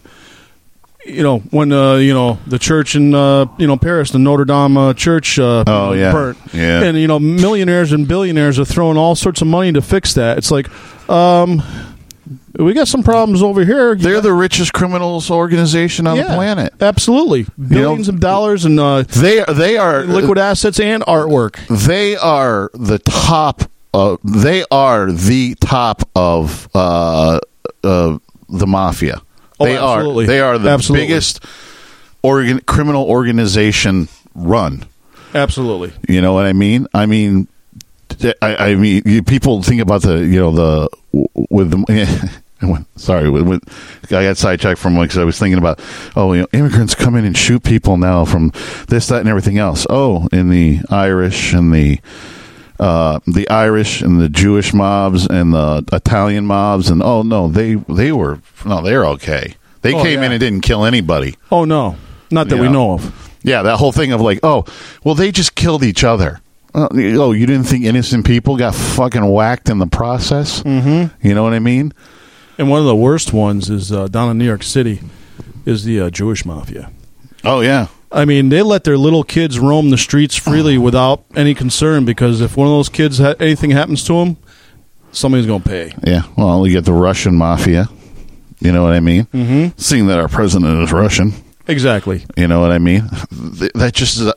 Speaker 2: You know when uh, you know the church in uh, you know Paris, the Notre Dame uh, church uh,
Speaker 1: Oh, yeah.
Speaker 2: burnt,
Speaker 1: Yeah.
Speaker 2: and you know millionaires and billionaires are throwing all sorts of money to fix that. It's like, um, we got some problems over here. You
Speaker 1: They're the richest criminals organization on the
Speaker 2: Yeah,
Speaker 1: planet.
Speaker 2: Absolutely, billions of dollars in uh,
Speaker 1: They they are
Speaker 2: liquid assets and artwork.
Speaker 1: they are the top of they are the top of uh, uh, the mafia.
Speaker 2: Oh,
Speaker 1: they
Speaker 2: absolutely.
Speaker 1: are they are the
Speaker 2: Absolutely.
Speaker 1: biggest organ criminal organization run.
Speaker 2: Absolutely,
Speaker 1: You know what I mean? I mean, I, I mean, you, people think about the you know the with the. Sorry, with, with, I got sidetracked from because I was thinking about oh, you know, immigrants come in and shoot people now from this, that, and everything else. Oh, in the Irish and the uh, the Irish and the Jewish mobs and the Italian mobs and oh no, they they were no, they're okay. They
Speaker 2: Oh,
Speaker 1: came
Speaker 2: yeah.
Speaker 1: in and didn't kill anybody.
Speaker 2: Oh no, not that we
Speaker 1: Yeah.
Speaker 2: know of.
Speaker 1: Yeah, that whole thing of like, oh, well, they just killed each other. Uh, oh, you didn't think innocent people got fucking whacked in the process? Mm-hmm. You know what I mean?
Speaker 2: And one of the worst ones is uh, down in New York City, is the uh, Jewish mafia.
Speaker 1: Oh yeah,
Speaker 2: I mean, they let their little kids roam the streets freely without any concern because if one of those kids ha- anything happens to them, somebody's going to pay.
Speaker 1: yeah. Well, you get the Russian mafia. You know what I mean? Mm-hmm. Seeing that our president is Russian,
Speaker 2: Exactly.
Speaker 1: you know what I mean? Th- That just is. A,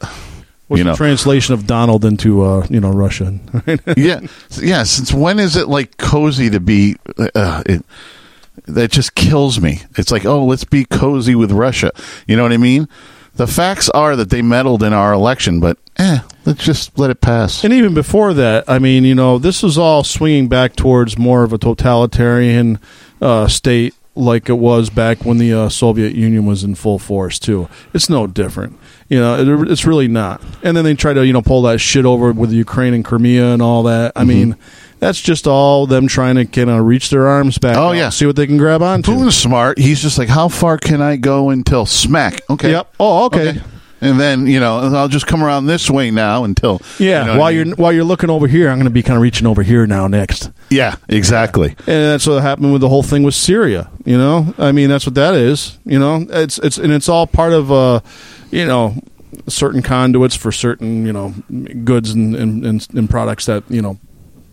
Speaker 2: What's
Speaker 1: you know,
Speaker 2: the translation of Donald into uh, you know Russian?
Speaker 1: yeah, yeah. Since when is it like cozy to be? Uh, it, that just kills me. It's like, oh, let's be cozy with Russia. You know what I mean? The facts are that they meddled in our election, but eh, let's just let it pass.
Speaker 2: and even before that, I mean, you know, this was all swinging back towards more of a totalitarian uh, state like it was back when the uh, Soviet Union was in full force too. It's no different, you know. It, it's really not. And then they try to you know pull that shit over with Ukraine and Crimea and all that.
Speaker 1: Mm-hmm.
Speaker 2: I mean, that's just all them trying to kind of reach their arms back.
Speaker 1: Oh,
Speaker 2: out,
Speaker 1: yeah.
Speaker 2: see what they can grab onto.
Speaker 1: Putin's smart. He's just like, how far can I go until smack? Okay.
Speaker 2: Yep. Oh, okay.
Speaker 1: And then you know, I'll just come around this way now until
Speaker 2: Yeah,
Speaker 1: you know what
Speaker 2: while
Speaker 1: I
Speaker 2: you're
Speaker 1: mean?
Speaker 2: while you're looking over here, I'm going to be kind of reaching over here now next.
Speaker 1: yeah, exactly.
Speaker 2: And that's what happened with the whole thing with Syria. You know, I mean, that's what that is. You know, it's it's and it's all part of uh, you know, certain conduits for certain you know goods and and, and, and products that you know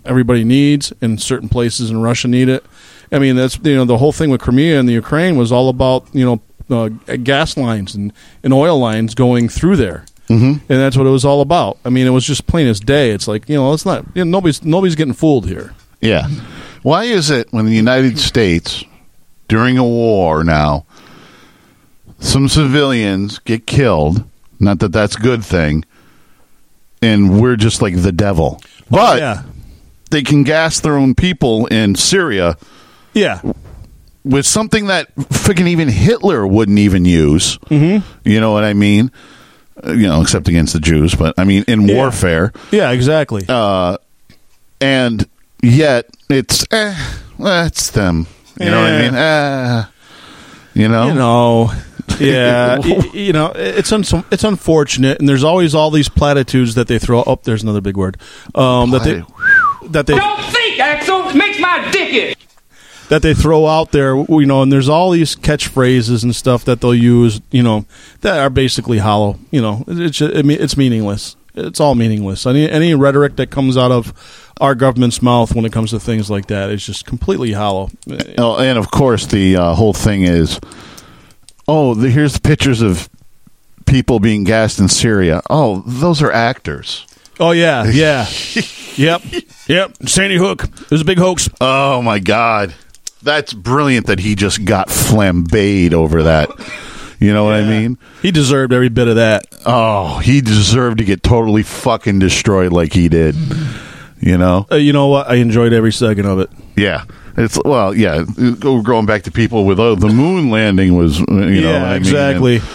Speaker 2: everybody needs, and certain places in Russia need it. I mean, that's you know the whole thing with Crimea and the Ukraine was all about you know uh, gas lines and, and oil lines going through there. Mm-hmm. And that's what it was all about. I mean, it was just plain as day. It's like you know, it's not you know, nobody's nobody's getting fooled here.
Speaker 1: Yeah. Why is it when the United States, during a war now, some civilians get killed? Not that that's a good thing. And we're just like the devil. But
Speaker 2: Oh, yeah,
Speaker 1: they can gas their own people in Syria
Speaker 2: yeah.
Speaker 1: with something that freaking even Hitler wouldn't even use. Mm-hmm. You know what I mean? Uh, You know, except against the Jews, but I mean, in
Speaker 2: Yeah.
Speaker 1: warfare.
Speaker 2: Yeah, exactly.
Speaker 1: and yet it's eh, well, it's them. You know what I
Speaker 2: Yeah.
Speaker 1: mean? Eh, you know,
Speaker 2: you know, yeah, y- you know, it's un- it's unfortunate, and there's always all these platitudes that they throw. up. there's another big word. Um, that they that they
Speaker 6: Don't think, Axel. Makes my dick itch.
Speaker 2: that they throw out there, you know, and there's all these catchphrases and stuff that they'll use, you know, that are basically hollow. You know, it's it, mean it's meaningless. It's all meaningless. Any any rhetoric that comes out of our government's mouth when it comes to things like that is just completely hollow. Eh,
Speaker 1: Oh, and of course the uh, whole thing is, oh, the, here's pictures of people being gassed in Syria. Oh, those are actors.
Speaker 2: Oh yeah, yeah, yep, yep. Sandy Hook. It was a big hoax.
Speaker 1: Oh my God, that's brilliant that he just got flambéed over that. You know what I mean?
Speaker 2: He deserved every bit of that.
Speaker 1: Oh, he deserved to get totally fucking destroyed like he did. You know?
Speaker 2: Uh, you know what? I enjoyed every second of it.
Speaker 1: Yeah. It's well, yeah. Go going back to people with oh, the moon landing was you know what I mean,
Speaker 2: exactly.
Speaker 1: and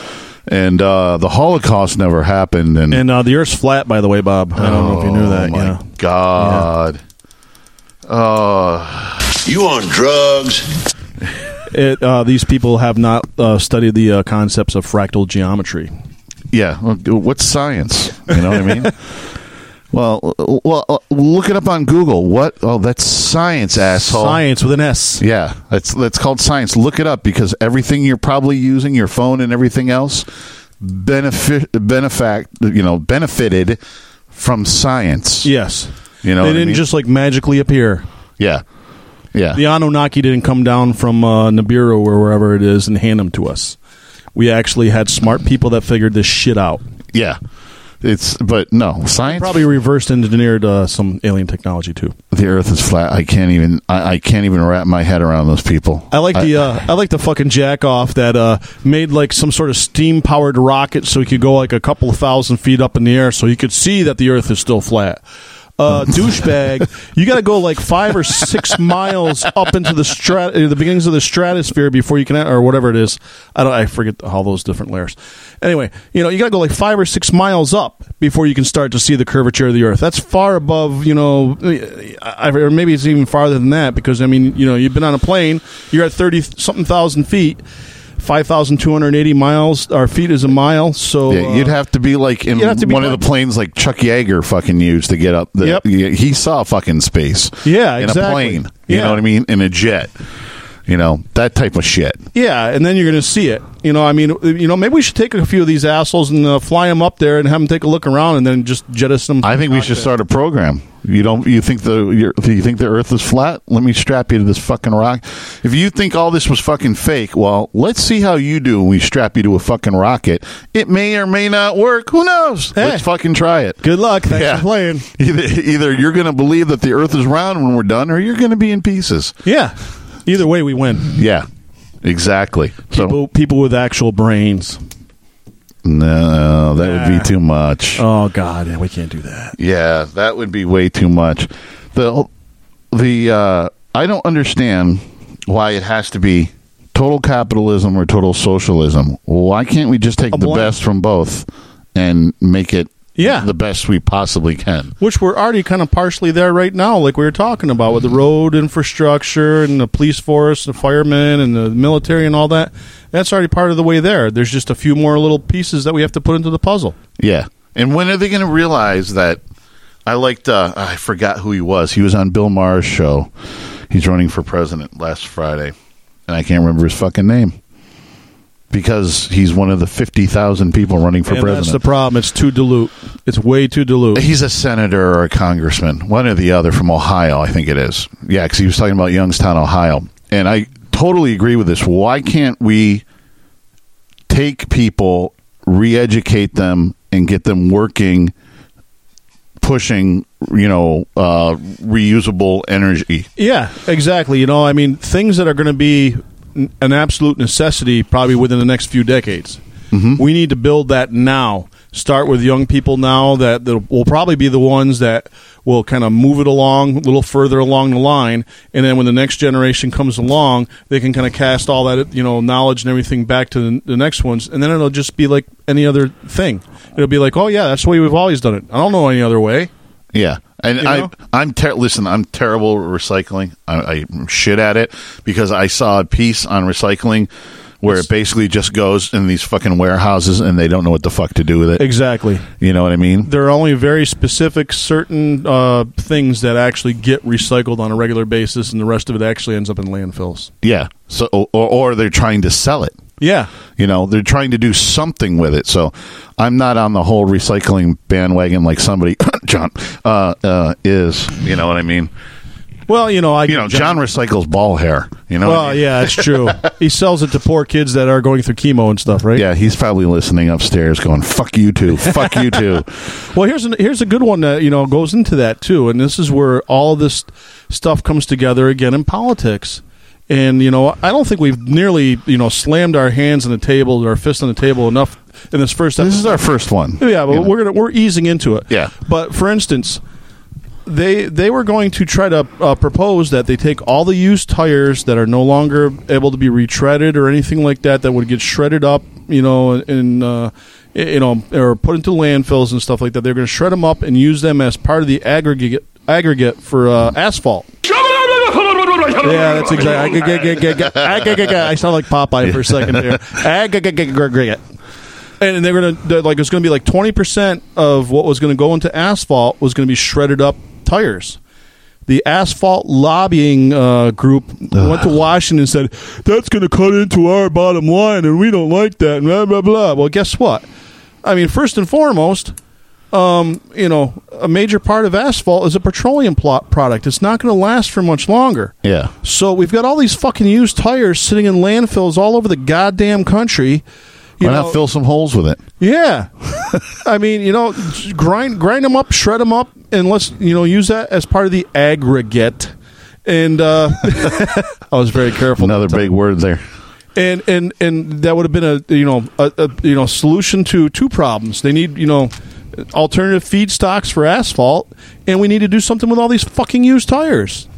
Speaker 1: and, uh, the Holocaust never happened, and,
Speaker 2: and uh, the Earth's flat, by the way, Bob. I don't know if you knew
Speaker 1: Oh,
Speaker 2: that.
Speaker 1: My
Speaker 2: Yeah.
Speaker 1: God,
Speaker 9: You on drugs?
Speaker 2: It, uh, these people have not uh, studied the uh, concepts of fractal geometry.
Speaker 1: Yeah, well, what's science? You know what I mean? Well, uh, well, uh, look it up on Google. What? Oh, that's science, asshole.
Speaker 2: Science with an S.
Speaker 1: Yeah, that's that's called science. Look it up because everything you're probably using, your phone and everything else, benefit benefact, you know, benefited from science.
Speaker 2: Yes.
Speaker 1: You know
Speaker 2: they
Speaker 1: what I
Speaker 2: didn't
Speaker 1: mean?
Speaker 2: just like magically appear.
Speaker 1: yeah, yeah.
Speaker 2: The Anunnaki didn't come down from uh, Nibiru or wherever it is and hand them to us. We actually had smart people that figured this shit out.
Speaker 1: Yeah. It's but no science.
Speaker 2: Probably reversed engineered uh, some alien technology too.
Speaker 1: the Earth is flat. I can't even. I, I can't even wrap my head around those people.
Speaker 2: I like the uh, I like the fucking jack off that uh, made like some sort of steam powered rocket so he could go like a couple of thousand feet up in the air so he could see that the Earth is still flat. Uh, douchebag, you got to go like five or six miles up into the strat, uh, the beginnings of the stratosphere before you can, or whatever it is. I don't, I forget all those different layers. Anyway, you know, you got to go like five or six miles up before you can start to see the curvature of the Earth. That's far above, you know, I, or maybe it's even farther than that because I mean, you know, you've been on a plane, you're at thirty something thousand feet, five thousand two hundred eighty miles. Our feet is a mile, so
Speaker 1: Yeah, you'd
Speaker 2: uh,
Speaker 1: have to be like in
Speaker 2: you'd have to be
Speaker 1: one of
Speaker 2: like-
Speaker 1: the planes like Chuck Yeager fucking used to get up. The,
Speaker 2: Yep.
Speaker 1: yeah, he saw fucking space.
Speaker 2: Yeah,
Speaker 1: in
Speaker 2: exactly.
Speaker 1: a plane. You
Speaker 2: Yeah.
Speaker 1: know what I mean? In a jet. You know that type of shit.
Speaker 2: Yeah, and then you're going to see it. You know, I mean, you know, maybe we should take a few of these assholes and uh, fly them up there and have them take a look around, and then just jettison them.
Speaker 1: I think we should start a program. You don't. You think the you're, you think the Earth is flat? Let me strap you to this fucking rock. If you think all this was fucking fake, well, let's see how you do when we strap you to a fucking rocket. It may or may not work. Who knows?
Speaker 2: Hey.
Speaker 1: Let's fucking try it.
Speaker 2: Good luck. Thanks for playing.
Speaker 1: Either, either you're going to believe that the Earth is round when we're done, or you're going to be in pieces.
Speaker 2: Yeah. Either way, we win.
Speaker 1: Yeah, exactly. So
Speaker 2: People, people with actual brains.
Speaker 1: no, that would be too much.
Speaker 2: Oh God, yeah, we can't do that.
Speaker 1: Yeah, that would be way too much. The the uh, I don't understand why it has to be total capitalism or total socialism. Why can't we just take
Speaker 2: A
Speaker 1: the
Speaker 2: blend.
Speaker 1: best from both and make it
Speaker 2: Yeah.
Speaker 1: the best we possibly can?
Speaker 2: Which we're already kind of partially there right now, like we were talking about with the road infrastructure and the police force, the firemen, and the military, and all that. That's already part of the way there. There's just a few more little pieces that we have to put into the puzzle.
Speaker 1: Yeah. And when are they going to realize that? I liked. Uh, I forgot who he was. He was on Bill Maher's show. He's running for president last Friday, and I can't remember his fucking name because he's one of the fifty thousand people running for
Speaker 2: and
Speaker 1: president.
Speaker 2: that's the problem. It's too dilute. It's way too dilute.
Speaker 1: He's a senator or a congressman, one or the other from Ohio, I think it is. Yeah, because he was talking about Youngstown, Ohio. And I totally agree with this. Why can't we take people, re educate them, and get them working, pushing, you know, uh, reusable energy?
Speaker 2: Yeah, exactly. You know, I mean, things that are going to be n- an absolute necessity probably within the next few decades. We need to build that now. Start with young people now that that will probably be the ones that will kind of move it along a little further along the line, and then when the next generation comes along, they can kind of cast all that you know knowledge and everything back to the, the next ones, and then it'll just be like any other thing. It'll be like, oh yeah, that's the way we've always done it. I don't know any other way.
Speaker 1: Yeah, and
Speaker 2: You know?
Speaker 1: I I'm ter- listen. I'm terrible at recycling. I, I'm shit at it because I saw a piece on recycling where it basically just goes in these fucking warehouses and they don't know what the fuck to do with it.
Speaker 2: Exactly.
Speaker 1: You know what I mean?
Speaker 2: there are only very specific certain uh, things that actually get recycled on a regular basis and the rest of it actually ends up in landfills
Speaker 1: Yeah. So or or they're trying to sell it.
Speaker 2: yeah
Speaker 1: You know, they're trying to do something with it. So I'm not on the whole recycling bandwagon like somebody John uh, uh, is. You know what I mean?
Speaker 2: well you know i
Speaker 1: You know, John recycles ball hair. You know? what I
Speaker 2: well
Speaker 1: mean?
Speaker 2: yeah it's true he sells it to poor kids that are going through chemo and stuff right
Speaker 1: Yeah, he's probably listening upstairs, going "fuck you too, fuck you too."
Speaker 2: well here's an, here's a good one that you know goes into that too and this is where all this stuff comes together again in politics and you know i don't think we've nearly you know slammed our hands on the table or our fist on the table enough in this first episode
Speaker 1: This is our first one.
Speaker 2: Yeah, but we're gonna we're easing into it.
Speaker 1: Yeah.
Speaker 2: But for instance, they they were going to try to uh, propose that they take all the used tires that are no longer able to be retreaded or anything like that that would get shredded up, you know, and uh, you know or put into landfills and stuff like that. They're going to shred them up and use them as part of the aggregate aggregate for uh, asphalt.
Speaker 6: Show
Speaker 2: Yeah, that's exactly. I sound like Popeye for a second there. And they're gonna they're like it's gonna be like twenty percent of what was gonna go into asphalt was gonna be shredded up tires. The asphalt lobbying uh, group went to Washington and said that's gonna cut into our bottom line, and we don't like that. And blah blah blah. Well, guess what? I mean, first and foremost, um, you know, a major part of asphalt is a petroleum plot product. It's not going to last for much longer.
Speaker 1: Yeah.
Speaker 2: So we've got all these fucking used tires sitting in landfills all over the goddamn country. You
Speaker 1: Why
Speaker 2: know,
Speaker 1: not fill some holes with it?
Speaker 2: yeah. I mean, you know, grind grind them up, shred them up, and let's you know use that as part of the aggregate. And uh, I was very careful.
Speaker 1: Another big word there.
Speaker 2: and and and that would have been a you know a, a you know solution to two problems. They need you know alternative feedstocks for asphalt, and we need to do something with all these fucking used tires.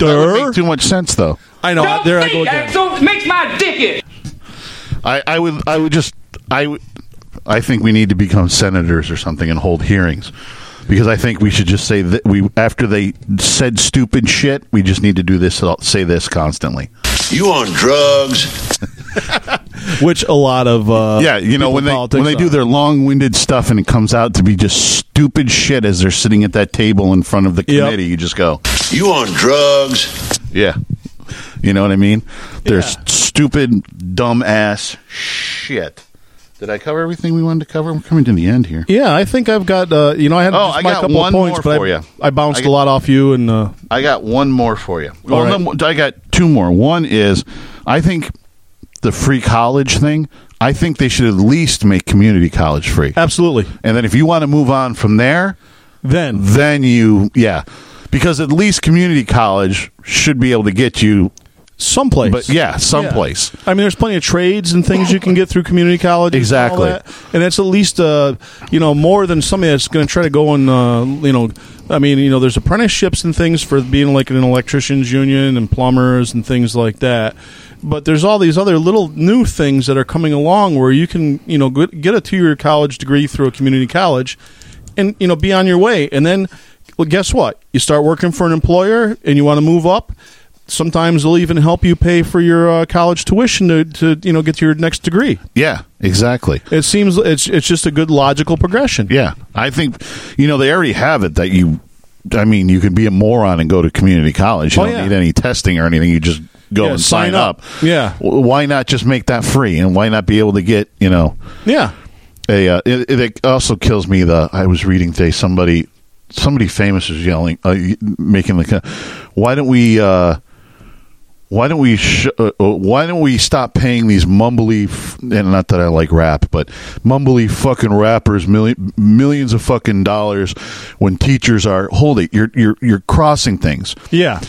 Speaker 1: That would
Speaker 2: Durr.
Speaker 1: make too much sense, though.
Speaker 2: I know.
Speaker 6: Don't
Speaker 2: there I
Speaker 6: think,
Speaker 2: go again.
Speaker 6: Axel. It makes my dick it.
Speaker 1: I, I would I would just I would- I think we need to become senators or something and hold hearings because I think we should just say that we after they said stupid shit we just need to do this say this constantly.
Speaker 9: You on drugs?
Speaker 2: Which a lot of uh,
Speaker 1: yeah, you know
Speaker 2: people
Speaker 1: when they
Speaker 2: politics
Speaker 1: when they do
Speaker 2: are.
Speaker 1: their long winded stuff and it comes out to be just stupid shit as they're sitting at that table in front of the
Speaker 2: Yep.
Speaker 1: committee. You just go,
Speaker 9: You on drugs?
Speaker 1: yeah, you know what I mean? They're
Speaker 2: Yeah.
Speaker 1: st- stupid, dumb ass shit. Did I cover everything we wanted to cover? We're coming to the end here.
Speaker 2: Yeah, I think I've got uh, you know I had
Speaker 1: Oh,
Speaker 2: just
Speaker 1: I
Speaker 2: my
Speaker 1: got
Speaker 2: couple
Speaker 1: one
Speaker 2: of points,
Speaker 1: more
Speaker 2: but
Speaker 1: for
Speaker 2: I,
Speaker 1: ya.
Speaker 2: I bounced
Speaker 1: I got-
Speaker 2: a lot off you and uh,
Speaker 1: I got one more for you. Well,
Speaker 2: All right.
Speaker 1: no, I got two more. One is, I think the free college thing. I think they should at least make community college free.
Speaker 2: Uh, absolutely.
Speaker 1: And then if you want to move on from there,
Speaker 2: Then
Speaker 1: then you yeah, because at least community college should be able to get you.
Speaker 2: someplace,
Speaker 1: But yeah, someplace.
Speaker 2: I mean, there's plenty of trades and things you can get through community college. and all
Speaker 1: Exactly.
Speaker 2: that. and that's at least uh, you know more than somebody that's going to try to go and uh, you know, I mean, you know, there's apprenticeships and things for being like in an electricians union and plumbers and things like that. But there's all these other little new things that are coming along where you can you know get get a two year college degree through a community college, and you know be on your way. And then, well, guess what? You start working for an employer and you want to move up sometimes they'll even help you pay for your uh, college tuition to, to you know get your next degree.
Speaker 1: Yeah, exactly.
Speaker 2: It seems it's it's just a good logical progression.
Speaker 1: Yeah, I think you know they already have it that you. I mean, you can be a moron and go to community college.
Speaker 2: Oh,
Speaker 1: You don't
Speaker 2: yeah.
Speaker 1: need any testing or anything. You just go
Speaker 2: Yeah,
Speaker 1: and
Speaker 2: sign
Speaker 1: sign,
Speaker 2: up.
Speaker 1: up.
Speaker 2: Yeah.
Speaker 1: W- Why not just make that free? And why not be able to get you know
Speaker 2: Yeah.
Speaker 1: a? Uh, it, it also kills me the. I was reading today somebody somebody famous was yelling uh, y- making the. co- Why don't we? uh why don't we sh- uh, uh, why don't we stop paying these mumbly f- and not that I like rap but mumbly fucking rappers million, millions of fucking dollars when teachers are hold it you're you're you're crossing things
Speaker 2: Yeah.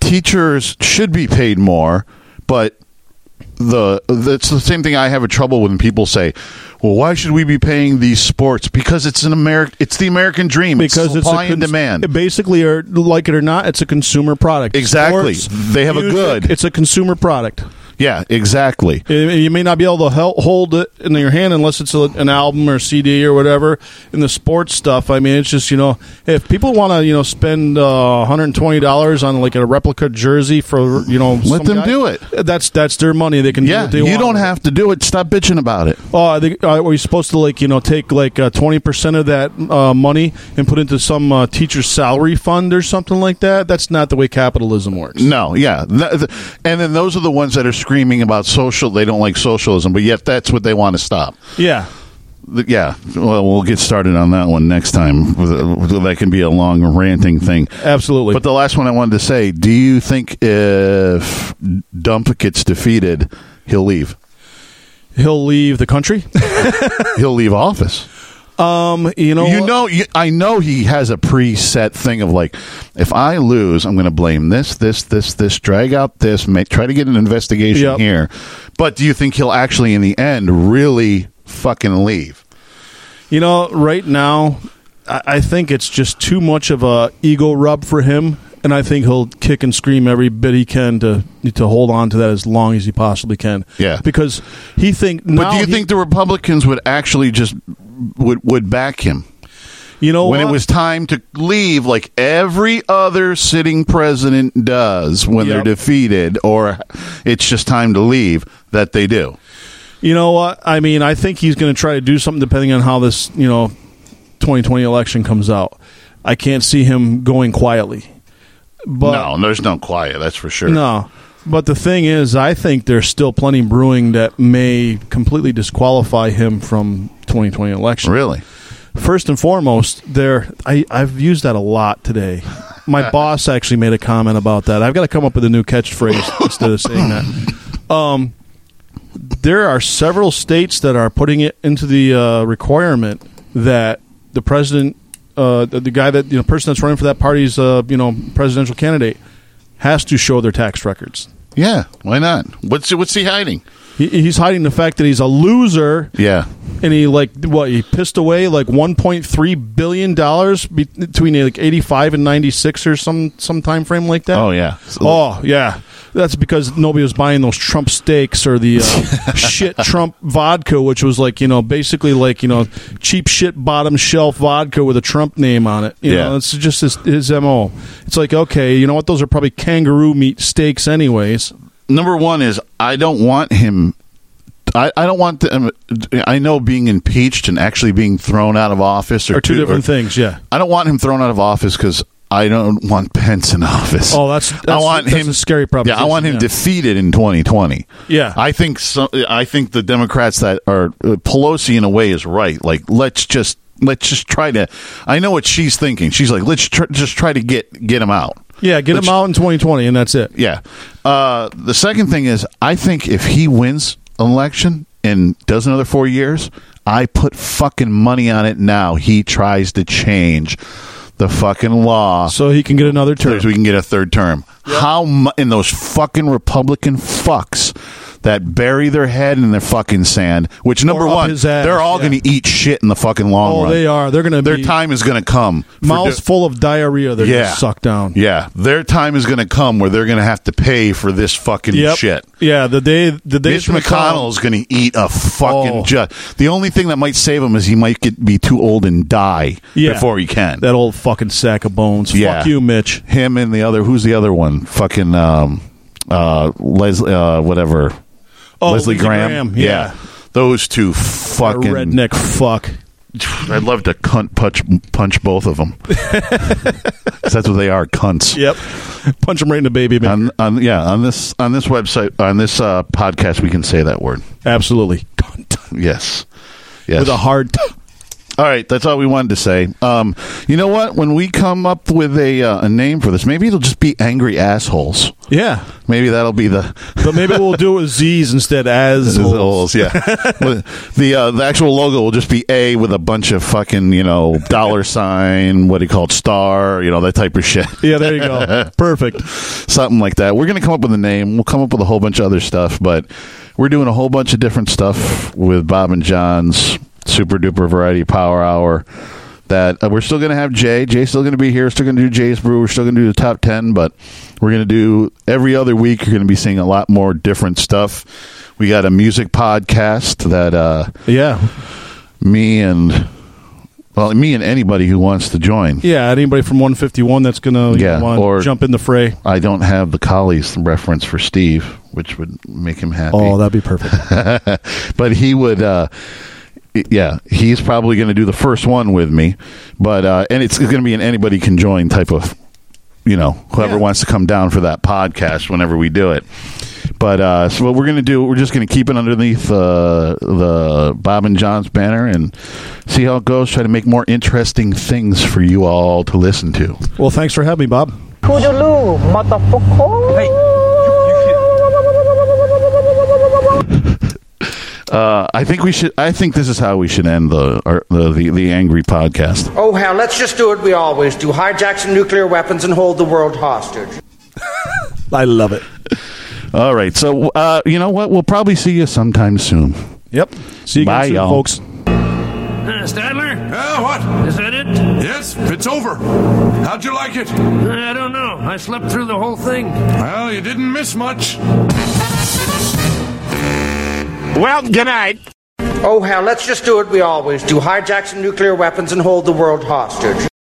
Speaker 1: teachers should be paid more, but the that's the same thing I have a trouble when people say, "Well, why should we be paying these sports?" Because it's an American, it's the American dream.
Speaker 2: Because it's,
Speaker 1: supply
Speaker 2: a
Speaker 1: and
Speaker 2: cons- it
Speaker 1: demand.
Speaker 2: basically, or like it or not, it's a consumer product.
Speaker 1: Exactly. They have a
Speaker 2: music,
Speaker 1: good-
Speaker 2: It's a consumer product.
Speaker 1: Yeah, exactly.
Speaker 2: You you may not be able to hel- hold it in your hand unless it's a, an album or CD or whatever. In the sports stuff, I mean, it's just you know, if people want to you know spend uh, one hundred and twenty dollars on like a replica jersey for you know,
Speaker 1: Let them do it.
Speaker 2: That's that's their money. They can do
Speaker 1: Yeah,
Speaker 2: what they
Speaker 1: you
Speaker 2: want
Speaker 1: don't
Speaker 2: with it.
Speaker 1: have to do it. Stop bitching about it.
Speaker 2: Oh, I think uh, were you supposed to like you know take like uh, twenty percent of that uh, money and put into some uh, teacher's salary fund or something like that? That's not the way capitalism works.
Speaker 1: No, yeah, Th- th- and then those are the ones that are screaming about social. They don't like socialism, but yet that's what they want to stop.
Speaker 2: Yeah,
Speaker 1: Th- Yeah, well, we'll get started on that one next time. That can be a long ranting thing.
Speaker 2: absolutely.
Speaker 1: But the last one I wanted to say: Do you think if Dump gets defeated, he'll leave?
Speaker 2: He'll leave the country. Um,
Speaker 1: He'll leave office.
Speaker 2: you know.
Speaker 1: You know, you, I know he has a preset thing of like, if I lose, I'm going to blame this, this, this, this, drag out this, make, try to get an investigation
Speaker 2: Yep.
Speaker 1: here. But do you think he'll actually, in the end, really fucking leave?
Speaker 2: You know. Right now, I, I think it's just too much of a ego rub for him, and I think he'll kick and scream every bit he can to to hold on to that as long as he possibly can.
Speaker 1: Yeah.
Speaker 2: Because he think.
Speaker 1: But do you think the Republicans would actually just would would back him?
Speaker 2: You know
Speaker 1: when it
Speaker 2: what?
Speaker 1: was time to leave, like every other sitting president does
Speaker 2: Yep.
Speaker 1: when they're defeated or it's just time to leave, that they do.
Speaker 2: You know what? I mean, I think he's going to try to do something depending on how this, you know, 2020 election comes out. I can't see him going quietly. But
Speaker 1: no, there's no quiet. That's for sure.
Speaker 2: No. But the thing is, I think there's still plenty brewing that may completely disqualify him from 2020 election.
Speaker 1: Really?
Speaker 2: First and foremost, there I, I've used that a lot today. My boss actually made a comment about that. I've got to come up with a new catchphrase instead of saying that. Um, there are several states that are putting it into the uh, requirement that the president, uh, the, the guy that you know, person that's running for that party's uh, you know presidential candidate, has to show their tax records.
Speaker 1: Yeah. Why not? What's what's he hiding?
Speaker 2: He, he's hiding the fact that he's a loser
Speaker 1: Yeah.
Speaker 2: and he like what he pissed away like 1.3 billion dollars between like 85 and 96 or some some time frame like that
Speaker 1: Oh, yeah.
Speaker 2: oh yeah that's because nobody was buying those Trump steaks or the uh, shit Trump vodka, which was like you know basically like you know cheap shit bottom shelf vodka with a Trump name on it. You
Speaker 1: Yeah.
Speaker 2: know, it's just his, his mo. It's like okay, you know what? Those are probably kangaroo meat steaks, anyways.
Speaker 1: number one is I don't want him. I, I don't want them. I know being impeached and actually being thrown out of office are,
Speaker 2: Are two different
Speaker 1: or-
Speaker 2: things. Yeah.
Speaker 1: I don't want him thrown out of office because I don't want Pence in office.
Speaker 2: Oh, that's-
Speaker 1: I
Speaker 2: that's-
Speaker 1: want
Speaker 2: that's
Speaker 1: him
Speaker 2: a scary proposition,
Speaker 1: Yeah, I want him
Speaker 2: yeah.
Speaker 1: defeated in 2020.
Speaker 2: Yeah.
Speaker 1: I think so, I think the Democrats that are uh, Pelosi in a way is right. Like let's just let's just try to. I know what she's thinking. She's like let's tr- just try to get get him out.
Speaker 2: Yeah, get
Speaker 1: Let's-
Speaker 2: him out in 2020, and that's it.
Speaker 1: Yeah. Uh, the second thing is, I think if he wins an election and does another four years, I put fucking money on it now. He tries to change the fucking law so
Speaker 2: So he can get another term.
Speaker 1: we can get a third term. How mu- in those fucking Republican fucks that bury their head in their fucking sand? Which number
Speaker 2: up
Speaker 1: one,
Speaker 2: his ass,
Speaker 1: they're all
Speaker 2: yeah.
Speaker 1: going to eat shit in the fucking long
Speaker 2: Oh,
Speaker 1: run.
Speaker 2: they are. They're going to
Speaker 1: Their
Speaker 2: be
Speaker 1: time is going to come. for
Speaker 2: mouths
Speaker 1: do-
Speaker 2: full of diarrhea. They're going to suck down.
Speaker 1: yeah, their time is going to come where they're going to have to pay for this fucking
Speaker 2: Yep.
Speaker 1: shit.
Speaker 2: Yeah, the day the day
Speaker 1: Mitch McConnell's going to eat a fucking
Speaker 2: Oh.
Speaker 1: ju- The only thing that might save him is he might get be too old and die
Speaker 2: Yeah.
Speaker 1: before he can.
Speaker 2: that old fucking sack of bones.
Speaker 1: Yeah.
Speaker 2: Fuck you, Mitch.
Speaker 1: him and the other who's the other one? Fucking um, uh, Leslie, uh, whatever.
Speaker 2: Oh,
Speaker 1: Leslie,
Speaker 2: Lindsey
Speaker 1: Graham.
Speaker 2: Graham,
Speaker 1: Yeah.
Speaker 2: yeah.
Speaker 1: those two
Speaker 2: That
Speaker 1: fucking
Speaker 2: redneck fuck.
Speaker 1: I'd love to cunt punch punch both of them. 'Cause that's what they are, cunts.
Speaker 2: Yep. Punch him right in the baby, man.
Speaker 1: On, on yeah on this on this website on this uh, podcast we can say that word
Speaker 2: Absolutely. Cunt.
Speaker 1: yes yes
Speaker 2: With a hard. T-
Speaker 1: all right that's all we wanted to say um you know what when we come up with a uh, a name for this maybe it'll just be angry assholes
Speaker 2: yeah.
Speaker 1: maybe that'll be the
Speaker 2: But maybe we'll do it with Z's instead as
Speaker 1: assholes yeah Well, the uh, the actual logo will just be a with a bunch of fucking you know dollar sign what do you call it star you know that type of shit
Speaker 2: Yeah, there you go. Perfect.
Speaker 1: something like that. We're going to come up with a name. We'll come up with a whole bunch of other stuff, but we're doing a whole bunch of different stuff with Bob and John's Super Duper Variety Power Hour. That uh, we're still going to have Jay. Jay's still going to be here. Still going to do Jay's Brew. We're still going to do the top ten, but we're going to do every other week. You're going to be seeing a lot more different stuff. We got a music podcast that uh,
Speaker 2: Yeah.
Speaker 1: me and well, me and anybody who wants to join.
Speaker 2: Yeah. Anybody from 151 that's going to
Speaker 1: Yeah,
Speaker 2: want
Speaker 1: or-
Speaker 2: to jump in the fray.
Speaker 1: I don't have the collies reference for Steve, which would make him happy.
Speaker 2: Oh, that'd be perfect.
Speaker 1: but he would uh yeah he's probably going to do the first one with me but uh and it's, it's going to be an anybody can join type of you know whoever
Speaker 2: Yeah.
Speaker 1: wants to come down for that podcast whenever we do it but uh so what we're going to do we're just going to keep it underneath uh, the bob and john's banner and see how it goes try to make more interesting things for you all to listen to
Speaker 2: Well, thanks for having me, Bob.
Speaker 4: Toodaloo, motherfucker.
Speaker 1: uh, i think we should i think this is how we should end the our, the, the the angry podcast
Speaker 10: Oh, hell, let's just do what we always do hijack some nuclear weapons and hold the world hostage.
Speaker 2: I love it.
Speaker 1: all right so uh you know what we'll probably see you sometime soon
Speaker 2: Yep. See you guys,
Speaker 1: Bye, y'all.
Speaker 2: folks.
Speaker 11: Stadler,
Speaker 8: Uh, what?
Speaker 11: is that it?
Speaker 8: Yes, it's over. How'd you like it?
Speaker 11: Uh, I don't know. I slept through the whole thing.
Speaker 8: Well, you didn't miss much.
Speaker 5: Well, good night.
Speaker 10: Oh, hell, let's just do what we always do hijack some nuclear weapons and hold the world hostage.